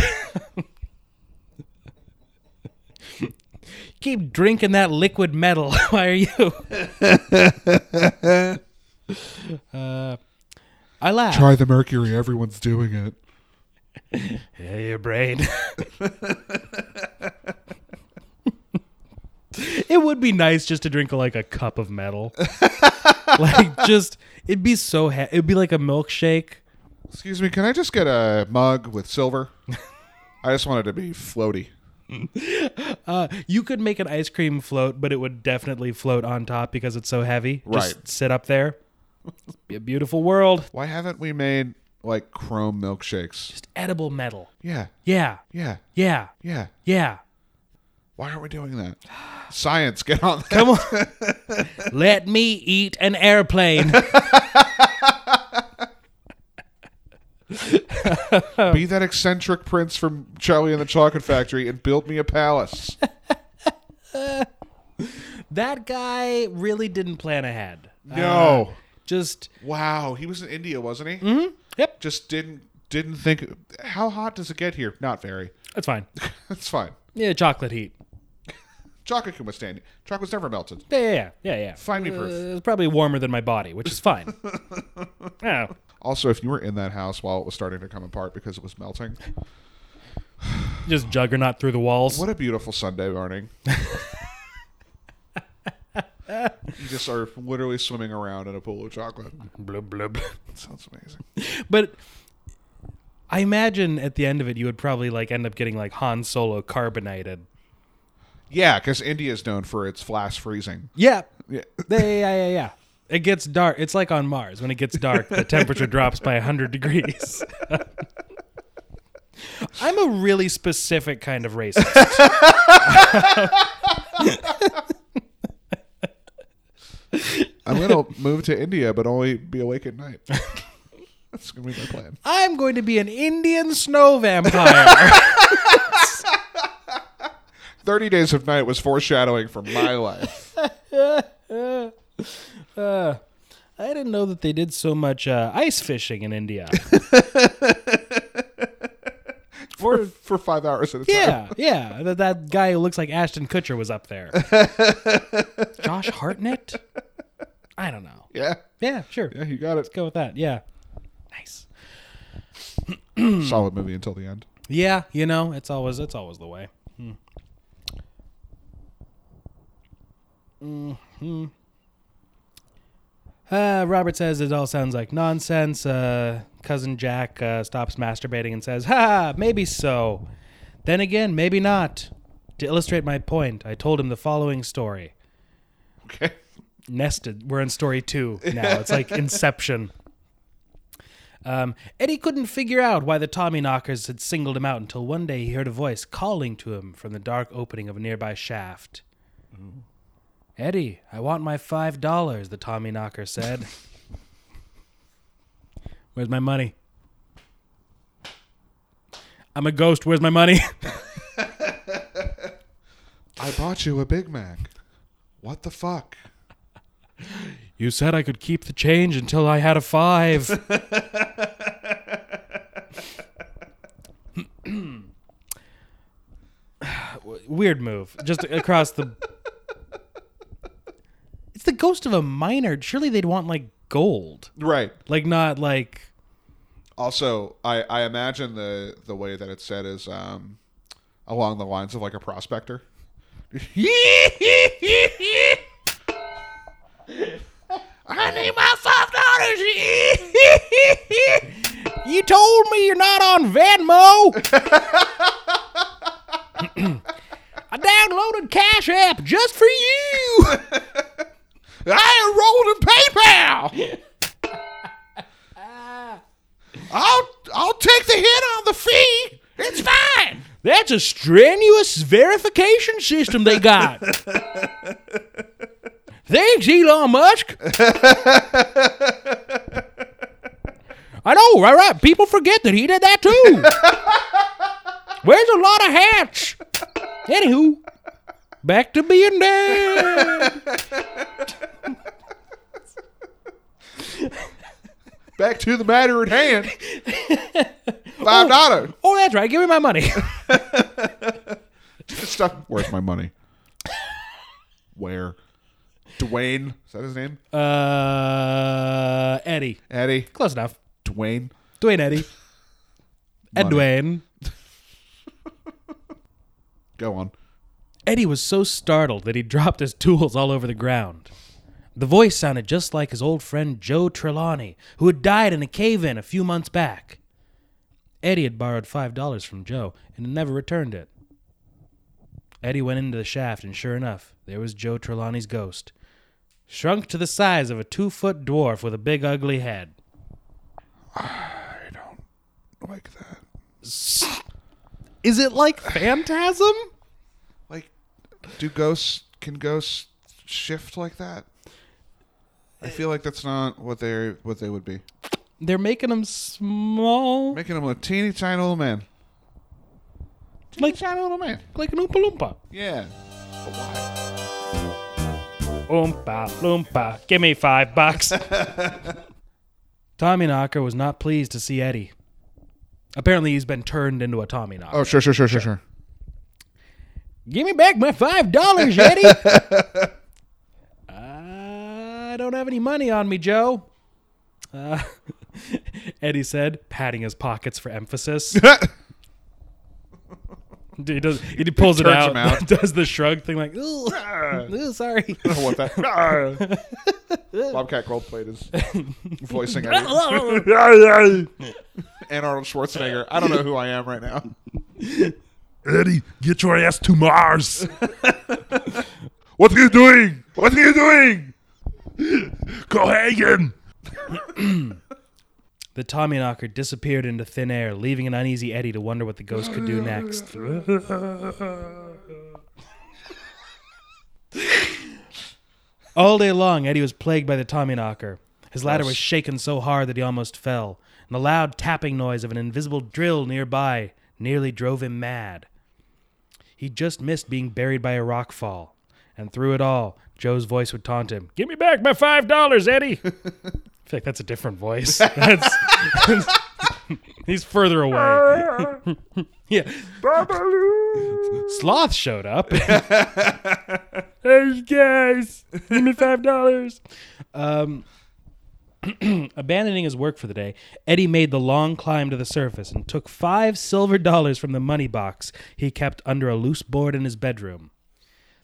S2: Keep drinking that liquid metal. Why are you? Uh, I laughed.
S1: the mercury. Everyone's doing it.
S2: Yeah, your brain. it would be nice just to drink like a cup of metal. like just it'd be so ha- it'd be like a milkshake.
S1: Excuse me. Can I just get a mug with silver? I just wanted to be floaty.
S2: Uh, you could make an ice cream float, but it would definitely float on top because it's so heavy.
S1: Right.
S2: Just sit up there. be a beautiful world.
S1: Why haven't we made like chrome milkshakes?
S2: Just edible metal.
S1: Yeah.
S2: Yeah.
S1: Yeah.
S2: Yeah.
S1: Yeah.
S2: Yeah.
S1: Why aren't we doing that? Science, get on that.
S2: Come on. Let me eat an airplane.
S1: Be that eccentric prince from Charlie and the Chocolate Factory and build me a palace.
S2: that guy really didn't plan ahead.
S1: No.
S2: Just
S1: Wow, he was in India, wasn't he?
S2: Yep.
S1: Just didn't didn't think. How hot does it get here? Not very.
S2: That's fine.
S1: That's fine.
S2: Yeah, chocolate heat.
S1: Chocolate can withstand it. Chocolate's never melted.
S2: Yeah, yeah, yeah, yeah. yeah.
S1: Find me
S2: Uh,
S1: proof.
S2: it's probably warmer than my body, which is fine. yeah.
S1: Also, if you were in that house while it was starting to come apart because it was melting,
S2: Just juggernaut through the walls.
S1: what a beautiful Sunday morning. you just are literally swimming around in a pool of chocolate.
S3: Blub, blub.
S1: That sounds amazing.
S2: But I imagine at the end of it, you would probably like end up getting like Han Solo carbonated.
S1: Yeah, because India is known for its flash freezing.
S2: Yeah.
S1: Yeah.
S2: Yeah, yeah, yeah, yeah, yeah. It gets dark. It's like on Mars. When it gets dark, the temperature drops by 100 degrees. I'm a really specific kind of racist.
S1: I'm gonna move to India, but only be awake at night. That's gonna be my plan.
S2: I'm going to be an Indian snow vampire.
S1: Thirty Days of Night was foreshadowing for my life.
S2: Uh, I didn't know that they did so much uh, ice fishing in India.
S1: for for five hours at a time.
S2: Yeah, yeah. That, that guy who looks like Ashton Kutcher was up there. Josh Hartnett? I don't know.
S1: Yeah.
S2: Yeah, sure.
S1: Yeah, you got it.
S2: Go with that. Yeah. Nice.
S1: Solid movie until the end.
S2: Yeah, you know, it's always it's always the way. Hmm. hmm Mm-hmm. Uh, Robert says it all sounds like nonsense. Uh, cousin Jack uh, stops masturbating and says, "Ha, maybe so. Then again, maybe not." To illustrate my point, I told him the following story.
S1: Okay.
S2: Nested, we're in story two now. It's like Inception. Um, Eddie couldn't figure out why the Tommy knockers had singled him out until one day he heard a voice calling to him from the dark opening of a nearby shaft. Eddie, I want my five dollars, the Tommy knocker said. Where's my money? I'm a ghost. Where's my money?
S1: I bought you a Big Mac. What the fuck?
S2: you said I could keep the change until I had a five. Weird move. Just across the. It's the ghost of a miner. Surely they'd want like gold,
S1: Right.
S2: like not like
S1: Also, I, I imagine the the way that it's said is um, along the lines of like a prospector.
S2: I need my five dollars. you told me you're not on Venmo. I downloaded Cash App just for you.
S1: I enrolled in PayPal. I'll I'll take the hit on the fee. It's fine.
S2: That's a strenuous verification system they got. Thanks, Elon Musk. I know, right, right. People forget that he did that too. Wears a lot of hats. Anywho, back to being dead.
S1: Back to the matter at hand. Five dollar.
S2: Oh, that's right. Give me my money.
S1: Stuff. Where's my money? Where? Dwayne. Is that his name?
S2: Uh, Eddie.
S1: Eddie.
S2: Close enough.
S1: Dwayne.
S2: Dwayne Eddie. Ed
S1: Money.
S2: Dwayne.
S1: Go on.
S2: Eddie was so startled that he dropped his tools all over the ground. The voice sounded just like his old friend Joe Trelawney, who had died in a cave in a few months back. Eddie had borrowed five dollars from Joe and had never returned it. Eddie went into the shaft, and sure enough, there was Joe Trelawney's ghost, shrunk to the size of a two foot dwarf with a big ugly head.
S1: Like that.
S2: Is it like phantasm?
S1: Like, do ghosts can ghosts shift like that? I feel like that's not what they are what they would be.
S2: They're making him small,
S1: Making him a teeny tiny little man.
S2: like
S1: Tiny little man.
S2: like an oompa loompa.
S1: Yeah. But why?
S2: Oompa loompa, give me five bucks. Tommy Knocker was not pleased to see Eddie. Apparently, he's been turned into a Tommy Knocker.
S1: Oh, sure, sure, sure, sure, sure.
S2: Give me back my five dollars, Eddie. I don't have any money on me, Joe. Uh, Eddie said, patting his pockets for emphasis. he does. He pulls it
S1: Turns
S2: out,
S1: him out.
S2: does the shrug thing, like, ooh, ooh sorry.
S1: I don't want that. Bobcat Goldplate is voicing Eddie. and Arnold Schwarzenegger. I don't know who I am right now.
S3: Eddie, get your ass to Mars. what are you doing? What are you doing? Cohagen.
S2: The Tommy knocker disappeared into thin air, leaving an uneasy Eddie to wonder what the ghost could do next. All day long, Eddie was plagued by the Tommy knocker. His ladder was shaken so hard that he almost fell, and the loud tapping noise of an invisible drill nearby nearly drove him mad. He just missed being buried by a rock fall, and through it all, Joe's voice would taunt him Give me back my five dollars, Eddie! I feel like that's a different voice. That's, he's further away. yeah. Sloth showed up. hey guys, give me five dollars. Um, abandoning his work for the day, Eddie made the long climb to the surface and took five silver dollars from the money box he kept under a loose board in his bedroom.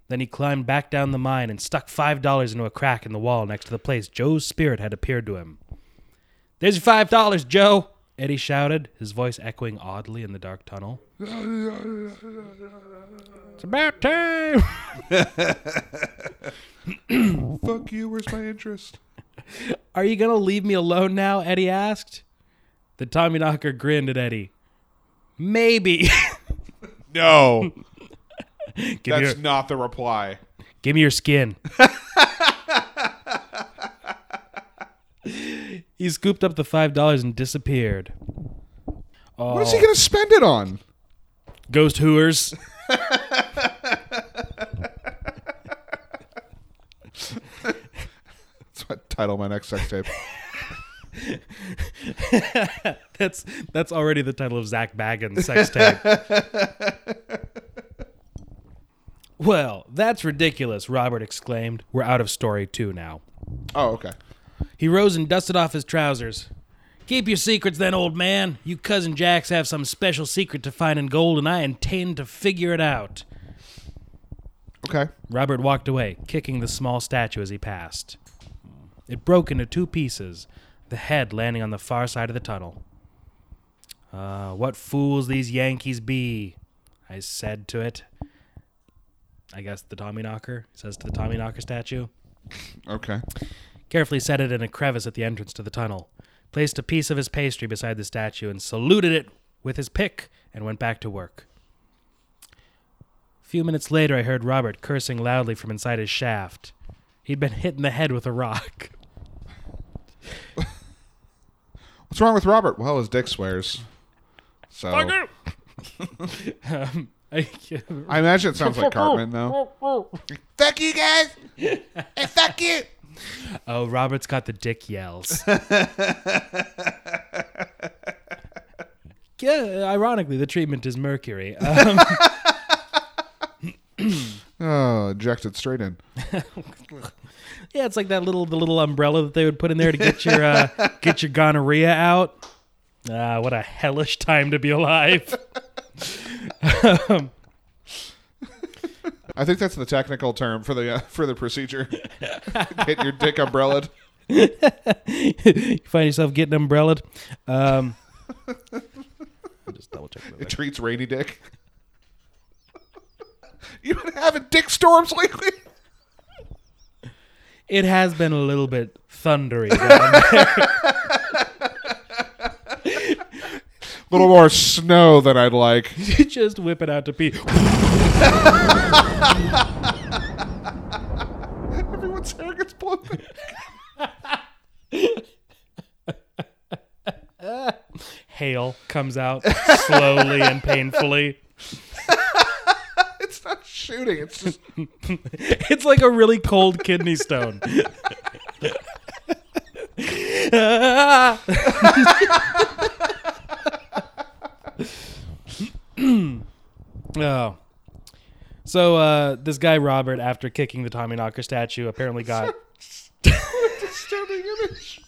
S2: Then he climbed back down the mine and stuck five dollars into a crack in the wall next to the place Joe's spirit had appeared to him. There's your five dollars, Joe! Eddie shouted, his voice echoing oddly in the dark tunnel. It's about time!
S1: Fuck you, where's my interest?
S2: Are you gonna leave me alone now? Eddie asked. The Tommy Knocker grinned at Eddie. Maybe.
S1: No.
S2: give, me your,
S1: That's not the reply.
S2: give me your skin. He scooped up the five dollars and disappeared. Oh,
S1: What is he going to spend it on?
S2: ghost hooers?
S1: That's what title of my next sex tape.
S2: that's that's already the title of Zach Baggins' sex tape. well, that's ridiculous, Robert exclaimed. We're out of story two now.
S1: Oh, okay.
S2: He rose and dusted off his trousers. Keep your secrets then, old man. You cousin Jacks have some special secret to find in gold, and I intend to figure it out.
S1: Okay.
S2: Robert walked away, kicking the small statue as he passed. It broke into two pieces, the head landing on the far side of the tunnel. Ah, what fools these Yankees be, I said to it. I guess the Tommy Knocker says to the Tommy Knocker statue
S1: Okay.
S2: carefully set it in a crevice at the entrance to the tunnel, placed a piece of his pastry beside the statue, and saluted it with his pick and went back to work. A few minutes later, I heard Robert cursing loudly from inside his shaft. He'd been hit in the head with a rock.
S1: What's wrong with Robert? Well, his dick swears. So
S2: I,
S1: I imagine it sounds like Cartman though. fuck you guys. Hey, fuck you.
S2: oh, Robert's got the dick yells. yeah, ironically, the treatment is mercury. Uh,
S1: Oh, ejected straight in.
S2: yeah, it's like that little the little umbrella that they would put in there to get your uh, get your gonorrhea out. Ah, what a hellish time to be alive.
S1: I think that's the technical term for the uh, for the procedure. Get your dick umbrellaed.
S2: you find yourself getting umbrellaed. Um, I'll just double check.
S1: It treats rainy dick. You've been having dick storms lately.
S2: It has been a little bit thundery. down there.
S1: A little more snow than I'd like.
S2: You just whip it out to pee.
S1: Everyone's hair gets blown. back.
S2: Hail comes out slowly and painfully.
S1: It's not shooting. It's just
S2: It's like a really cold kidney stone. oh. So uh, this guy Robert, after kicking the Tommy Knocker statue, apparently got
S1: disturbing image.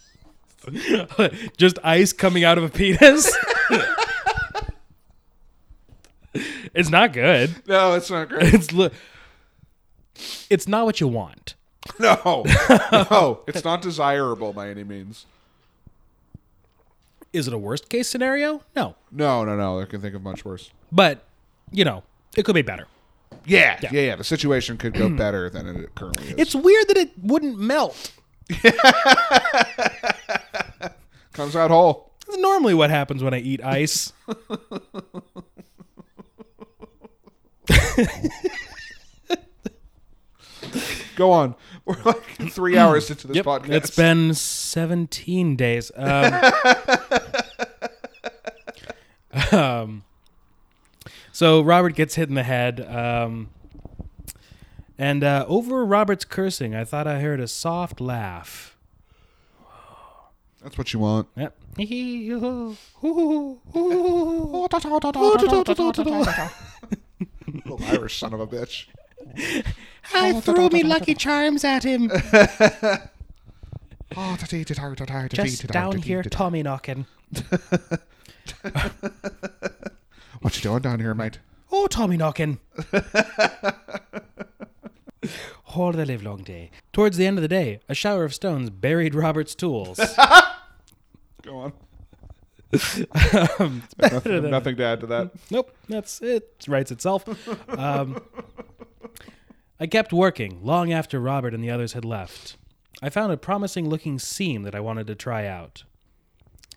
S2: just ice coming out of a penis. it's not good.
S1: No, it's not great.
S2: It's li- it's not what you want.
S1: No, no, it's not desirable by any means.
S2: Is it a worst case scenario? No,
S1: No, no, no. I can think of much worse.
S2: but you know it could be better.
S1: Yeah, yeah, yeah. the situation could go better than it currently is.
S2: It's weird that it wouldn't melt.
S1: comes out whole.
S2: That's normally what happens when I eat ice.
S1: Go on. We're like three hours into this podcast.
S2: It's been 17 days. Um, um, so Robert gets hit in the head. Um, and uh, over Robert's cursing, I thought I heard a soft laugh.
S1: That's what you want.
S2: Yep.
S1: Little Irish son of a bitch.
S2: I threw me Lucky Charms at him.
S1: Oh,
S2: Just down here, Tommy knocking.
S1: What you doing down here, mate?
S2: Oh, Tommy knocking. All the live long day. Towards the end of the day, a shower of stones buried Robert's tools.
S1: Go on.
S2: Um, it's better
S1: Nothing,
S2: than-
S1: nothing to add to that.
S2: Nope, that's it. Writes itself. Um, I kept working long after Robert and the others had left. I found a promising looking seam that I wanted to try out.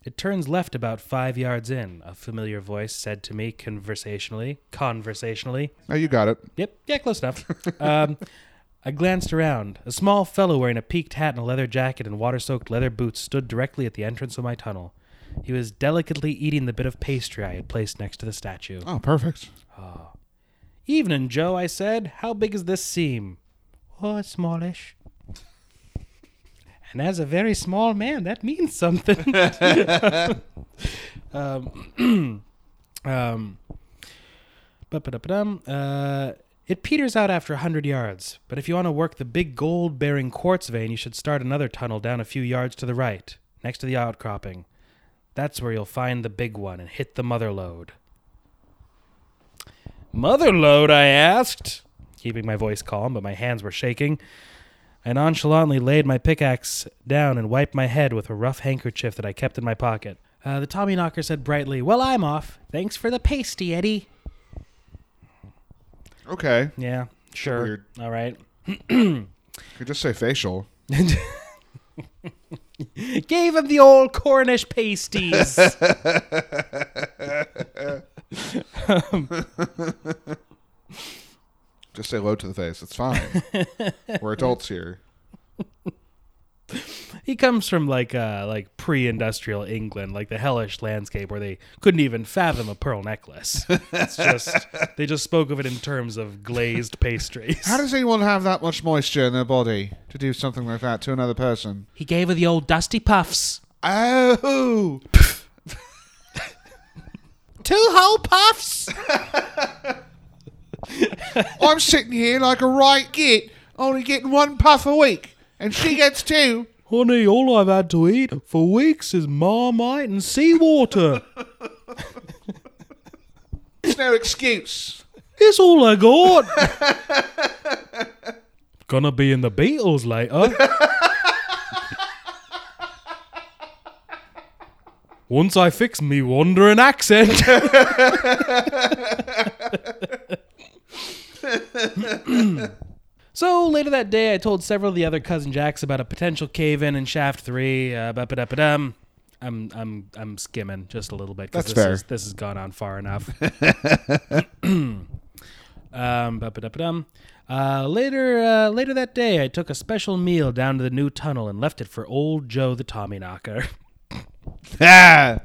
S2: It turns left about five yards in, a familiar voice said to me conversationally. Conversationally.
S1: Oh, you got it.
S2: Yep, yeah, close enough. um, I glanced around. A small fellow wearing a peaked hat and a leather jacket and water soaked leather boots stood directly at the entrance of my tunnel. He was delicately eating the bit of pastry I had placed next to the statue.
S1: Oh, perfect.
S2: Evening, Joe, I said. How big is this seam? Oh, it's smallish. And as a very small man, that means something. um, um, ba-ba-da-ba-dum. uh, it peters out after a 100 yards, but if you want to work the big gold bearing quartz vein, you should start another tunnel down a few yards to the right, next to the outcropping. That's where you'll find the big one and hit the mother lode. Motherlode, I asked, keeping my voice calm, but my hands were shaking. I nonchalantly laid my pickaxe down and wiped my head with a rough handkerchief that I kept in my pocket. Uh, the Tommy knocker said brightly, Well, I'm off. Thanks for the pasty, Eddie.
S1: Okay.
S2: Yeah, sure.
S1: Weird.
S2: All right.
S1: You could just say facial.
S2: Gave him the old Cornish pasties.
S1: Just say low to the face. It's fine. We're adults here.
S2: he comes from like uh, like pre-industrial England, like the hellish landscape where they couldn't even fathom a pearl necklace. It's just they just spoke of it in terms of glazed pastries.
S1: How does anyone have that much moisture in their body to do something like that to another person?
S2: He gave her the old dusty puffs.
S1: Oh,
S2: Two whole puffs.
S1: I'm sitting here like a right git, only getting one puff a week, and she gets two.
S2: Honey, all I've had to eat for weeks is marmite and seawater.
S1: It's no excuse.
S2: It's all I got. Gonna be in the Beatles later. Once I fix me wandering accent. so later that day, I told several of the other cousin jacks about a potential cave-in in Shaft Three. Uh, ba-ba-da-ba-dum. I'm I'm I'm skimming just a little bit
S1: That's
S2: because this,
S1: fair.
S2: is- this has gone on far enough. Um, ba-ba-da-ba-dum. Uh, later, uh, later that day, I took a special meal down to the new tunnel and left it for old Joe the Tommy Knocker.
S1: Ah,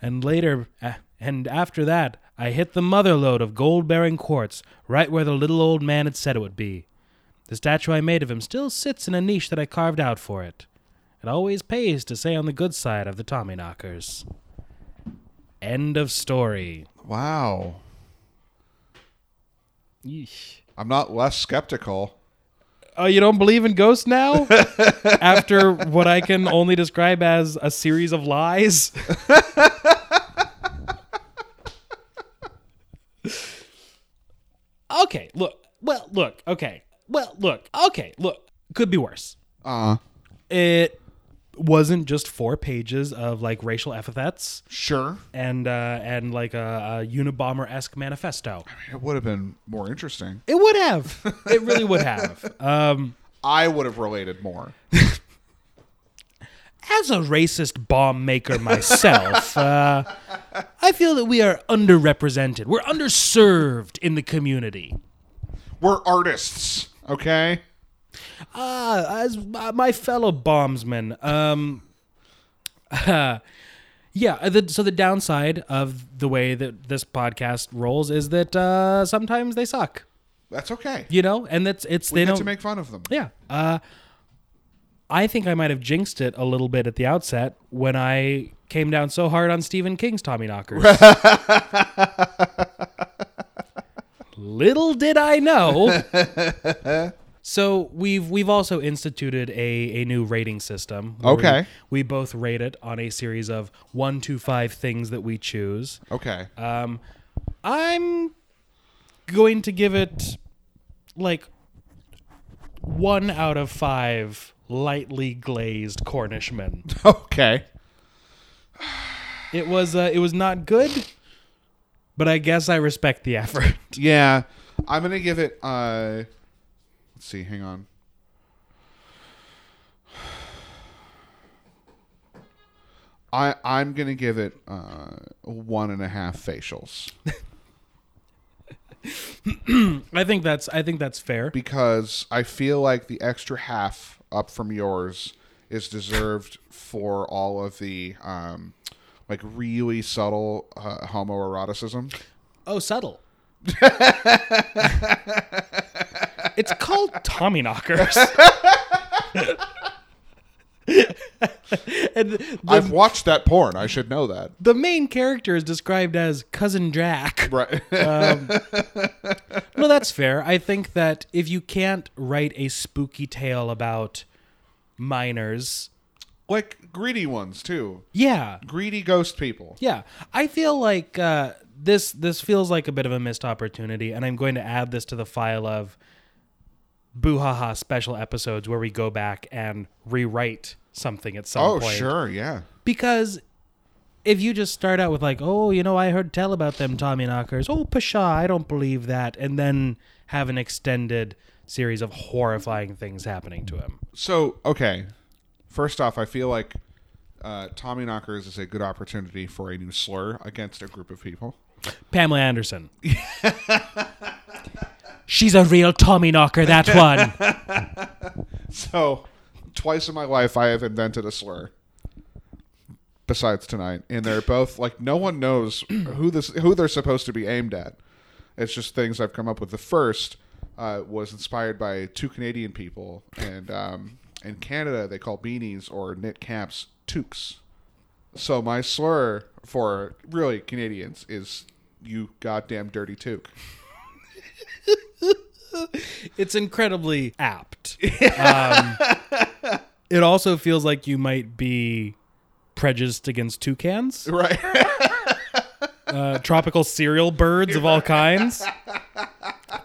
S2: And later, uh, and after that, I hit the mother lode of gold-bearing quartz right where the little old man had said it would be. The statue I made of him still sits in a niche that I carved out for it. It always pays to stay on the good side of the Tommy Knockers. End of story.
S1: wow.
S2: Yeesh.
S1: I'm not less skeptical.
S2: Oh, you don't believe in ghosts now? After what I can only describe as a series of lies? okay, look. Well, look. Okay. Well, look. Okay, look. Could be worse.
S1: Uh,
S2: It wasn't just four pages of like racial epithets
S1: sure.
S2: and uh and like a, a Unabomber-esque manifesto.
S1: It would have been more interesting.
S2: It would have. It really would have. Um
S1: I would have related more.
S2: as a racist bomb maker myself, uh, I feel that we are underrepresented. We're underserved in the community.
S1: We're artists, okay?
S2: Uh, as my my fellow bombsmen, um, yeah. The, so the downside of the way that this podcast rolls is that uh, sometimes they suck,
S1: That's okay.
S2: you know, and that's it's
S1: we
S2: they
S1: get
S2: don't
S1: to make fun of them.
S2: Yeah. Uh, I think I might have jinxed it a little bit at the outset when I came down so hard on Stephen King's Tommy Knockers. little did I know. so we've we've also instituted a, a new rating system. where we-
S1: Okay.
S2: we both rate it on a series of one to five things that we choose.
S1: Okay.
S2: Um, I'm going to give it like one out of five lightly glazed Cornishmen.
S1: okay.
S2: it was uh, it was not good, but I guess I respect the effort.
S1: Yeah. I'm going to give it, uh, let's see, hang on. I, I'm gonna give it uh, one and a half facials.
S2: I think that's I think that's fair.
S1: because I feel like the extra half up from yours is deserved for all of the um, like really subtle uh, homoeroticism.
S2: Oh, subtle. it's called Tommy Knockers. and the,
S1: I've watched that porn. I should know that.
S2: the main character is described as Cousin Jack.
S1: Right.
S2: No, that's fair. I think that if you can't write a spooky tale about minors,
S1: like greedy ones too.
S2: yeah,
S1: Greedy ghost people.
S2: Yeah, I feel like uh, this this feels like a bit of a missed opportunity, and I'm going to add this to the file of boo-ha-ha special episodes where we go back and rewrite something at some
S1: Oh,
S2: point.
S1: sure, yeah.
S2: Because if you just start out with like, oh, you know, I heard tell about them Tommy knockers. Oh, pshaw, I don't believe that, and then have an extended series of horrifying things happening to him.
S1: So, okay. First off, I feel like uh, Tommy Knockers is a good opportunity for a new slur against a group of people.
S2: Pamela Anderson. She's a real Tommy knocker, that one.
S1: So, twice in my life, I have invented a slur. Besides tonight, and they're both like no one knows who this who they're supposed to be aimed at. It's just things I've come up with. The first uh, was inspired by two Canadian people, and um, in Canada they call beanies or knit caps toques. So my slur for really Canadians is "you goddamn dirty toque."
S2: it's incredibly apt. Um, it also feels like you might be prejudiced against toucans,
S1: Right?
S2: uh, tropical cereal birds of all kinds.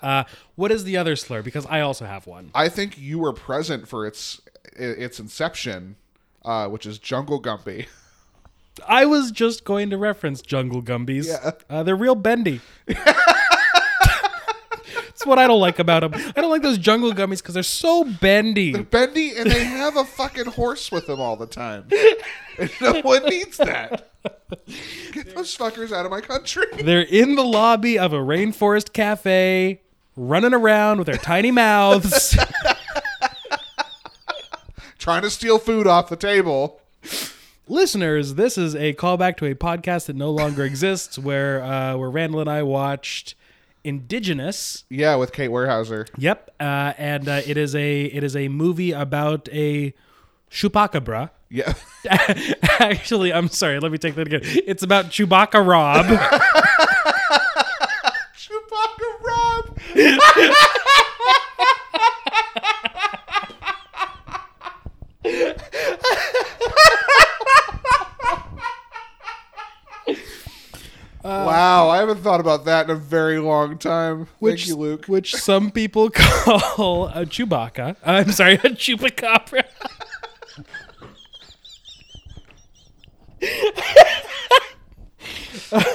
S2: Uh, what is the other slur? Because I also have one.
S1: I think you were present for its its inception, uh, which is Jungle Gumpy.
S2: I was just going to reference jungle gumbies. Uh, they're real bendy. That's what I don't like about them. I don't like those jungle gummies because they're so bendy.
S1: bendy and they have a fucking horse with them all the time. And no one needs that. Get those fuckers out of my country.
S2: They're in the lobby of a rainforest cafe, running around with their tiny mouths.
S1: Trying to steal food off the table.
S2: Listeners, this is a callback to a podcast that no longer exists, where uh, where Randall and I watched Indigenous.
S1: Yeah, with Kate Warehouser.
S2: Yep, uh, and uh, it is a it is a movie about a chupacabra.
S1: Yeah.
S2: Actually, I'm sorry. Let me take that again. It's about Chewbacca Rob.
S1: Chewbacca Rob. wow, I haven't thought about that in a very long time. Thank you, Luke.
S2: Which some people call a Chewbacca. I'm sorry, a chupacabra.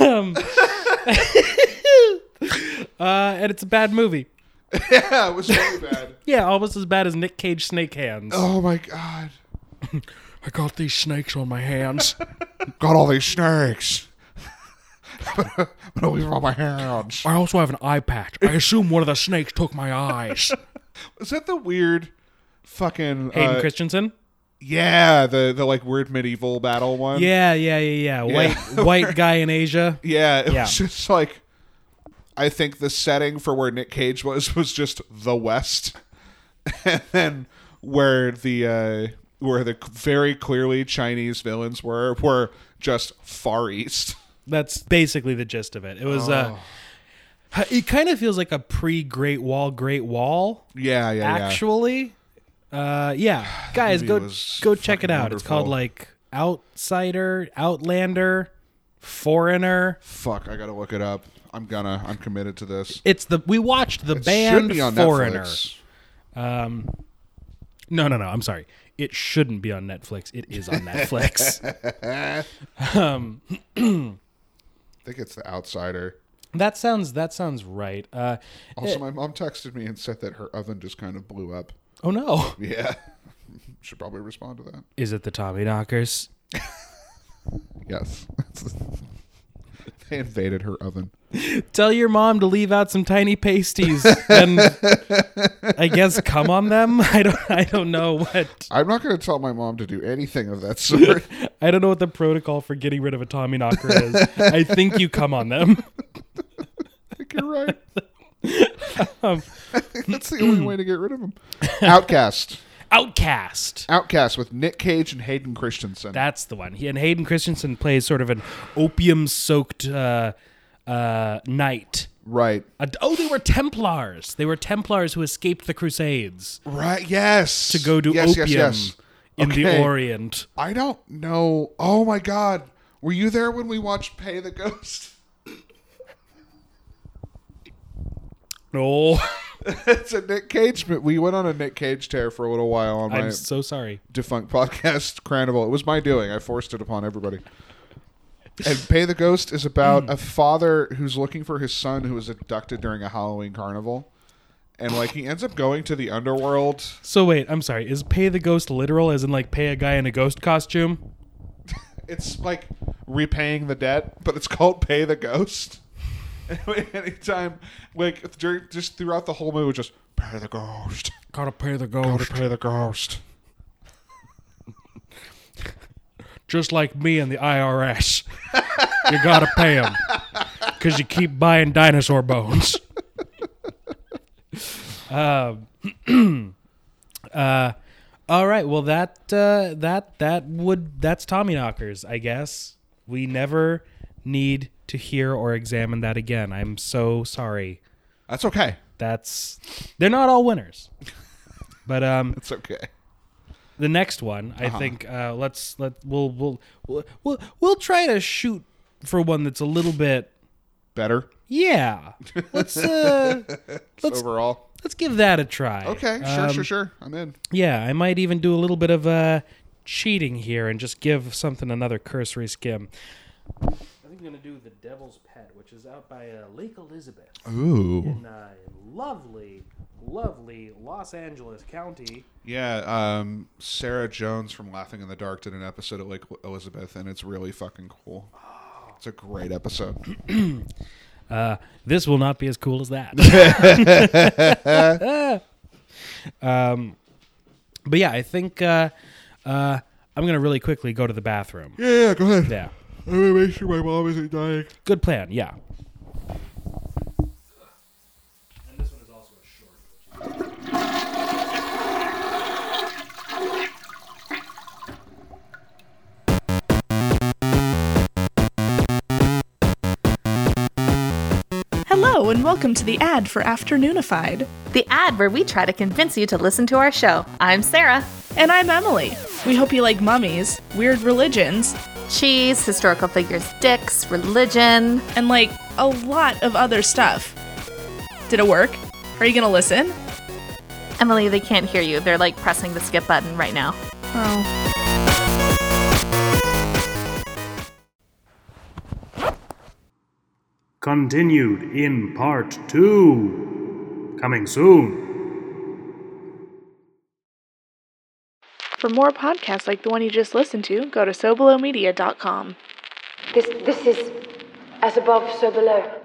S2: um, uh, and it's a bad movie.
S1: yeah, it was really bad.
S2: Yeah, almost as bad as Nick Cage Snake Hands.
S1: Oh my god.
S2: I got these snakes on my hands.
S1: Got all these snakes. but these are all my hands.
S2: I also have an eye patch. I assume one of the snakes took my eyes.
S1: Is that the weird fucking
S2: Hayden
S1: uh,
S2: Christensen.
S1: Yeah, the the like weird medieval battle one.
S2: Yeah, yeah, yeah, yeah. White
S1: Um, Yeah.
S2: white guy in Asia.
S1: Yeah, it
S2: Yeah.
S1: was just like I think the setting for where Nick Cage was was just the West. and then where the uh where the very clearly Chinese villains were were just far east.
S2: That's basically the gist of it. It was
S1: Oh.
S2: uh it kind of feels like a pre Great Wall Great Wall
S1: Yeah, yeah, yeah.
S2: actually. Uh yeah. Guys,
S1: movie
S2: go
S1: was
S2: go check it
S1: fucking
S2: out. It's called
S1: wonderful.
S2: like Outsider, Outlander, Foreigner.
S1: Fuck, I gotta look it up. I'm gonna. I'm committed to this.
S2: It's the we watched the
S1: Should
S2: band
S1: be on
S2: Foreigner.
S1: Netflix.
S2: Um, No, no, no. I'm sorry. It shouldn't be on Netflix. It is on Netflix.
S1: I think it's The Outsider.
S2: that sounds that sounds right. Uh,
S1: Also, my mom texted me and said that her oven just kind of blew up.
S2: oh no.
S1: Yeah, should probably respond to that.
S2: Is it the Tommy Knockers?
S1: Yes, they invaded her oven.
S2: Tell your mom to leave out some tiny pasties and I guess come on them. I don't I don't know what
S1: I'm not going to tell my mom to do anything of that sort.
S2: I don't know what the protocol for getting rid of a Tommy knocker is. I think you come on them.
S1: I think you're right.
S2: Um,
S1: That's the only way to get rid of them. Outcast.
S2: Outcast.
S1: Outcast with Nick Cage and Hayden Christensen.
S2: That's the one. He and Hayden Christensen plays sort of an opium-soaked uh, uh, knight.
S1: right.
S2: A, oh, they were Templars. They were Templars who escaped the Crusades
S1: Right. Yes.
S2: to go to
S1: yes,
S2: opium
S1: Yes, yes.
S2: in
S1: Okay.
S2: the Orient.
S1: I don't know. Oh my God. Were you there when we watched Pay the Ghost?
S2: No,
S1: it's a Nick Cage. mo- We went on a Nick Cage tear for a little while on my
S2: I'm so sorry.
S1: defunct podcast, Carnival. It was my doing. I forced it upon everybody. And Pay the Ghost is about a father who's looking for his son who was abducted during a Halloween carnival. And like he ends up going to the underworld.
S2: So wait, I'm sorry. Is pay the ghost literal, as in like pay a guy in a ghost costume?
S1: It's like repaying the debt, but it's called Pay the Ghost. Anyway, Anytime, like during just throughout the whole movie, just pay the ghost,
S2: Gotta pay the ghost,
S1: pay the ghost.
S2: just like me and the IRS. you gotta pay them because you keep buying dinosaur bones. um, uh, all right. Well, that uh, that that would that's Tommy knockers. I guess we never need to hear or examine that again. I'm so sorry.
S1: That's okay.
S2: That's they're not all winners, but um,
S1: It's okay.
S2: the next one i think uh, let's let we'll we'll we'll- we'll we'll try to shoot for one that's a little bit
S1: Better
S2: yeah let's uh let's
S1: overall.
S2: let's give that a try Uh,
S1: Okay, sure, sure, sure. I'm in.
S2: yeah i might even do a little bit of uh cheating here and just give something another cursory skim i think i'm gonna do the devil's pet which is out by uh, lake elizabeth
S1: Oh. Ooh.
S2: in uh, lovely lovely los angeles county
S1: Yeah, um, Sarah Jones from Laughing in the Dark did an episode of Lake Elizabeth, and it's really fucking cool. It's a great episode.
S2: Uh, this will not be as cool as that. um, but yeah, I think uh, uh, I'm gonna really quickly go to the bathroom.
S1: Yeah, yeah, go ahead.
S2: Yeah,
S1: I'm gonna make sure my mom isn't dying.
S2: good plan. Yeah.
S6: Hello, and welcome to the ad for Afternoonified.
S7: the ad where we try to convince you to listen to our show. I'm Sarah.
S6: And I'm Emily. We hope you like mummies, weird religions,
S7: Cheese, historical figures, dicks, religion.
S6: and like a lot of other stuff. Did it work? Are you gonna listen?
S7: Emily, they can't hear you. They're like pressing the skip button right now.
S6: Oh.
S8: Continued in part two. Coming soon.
S6: For more podcasts like the one you just listened to, go to SoBelowMedia.com.
S9: This, this is as above, so below.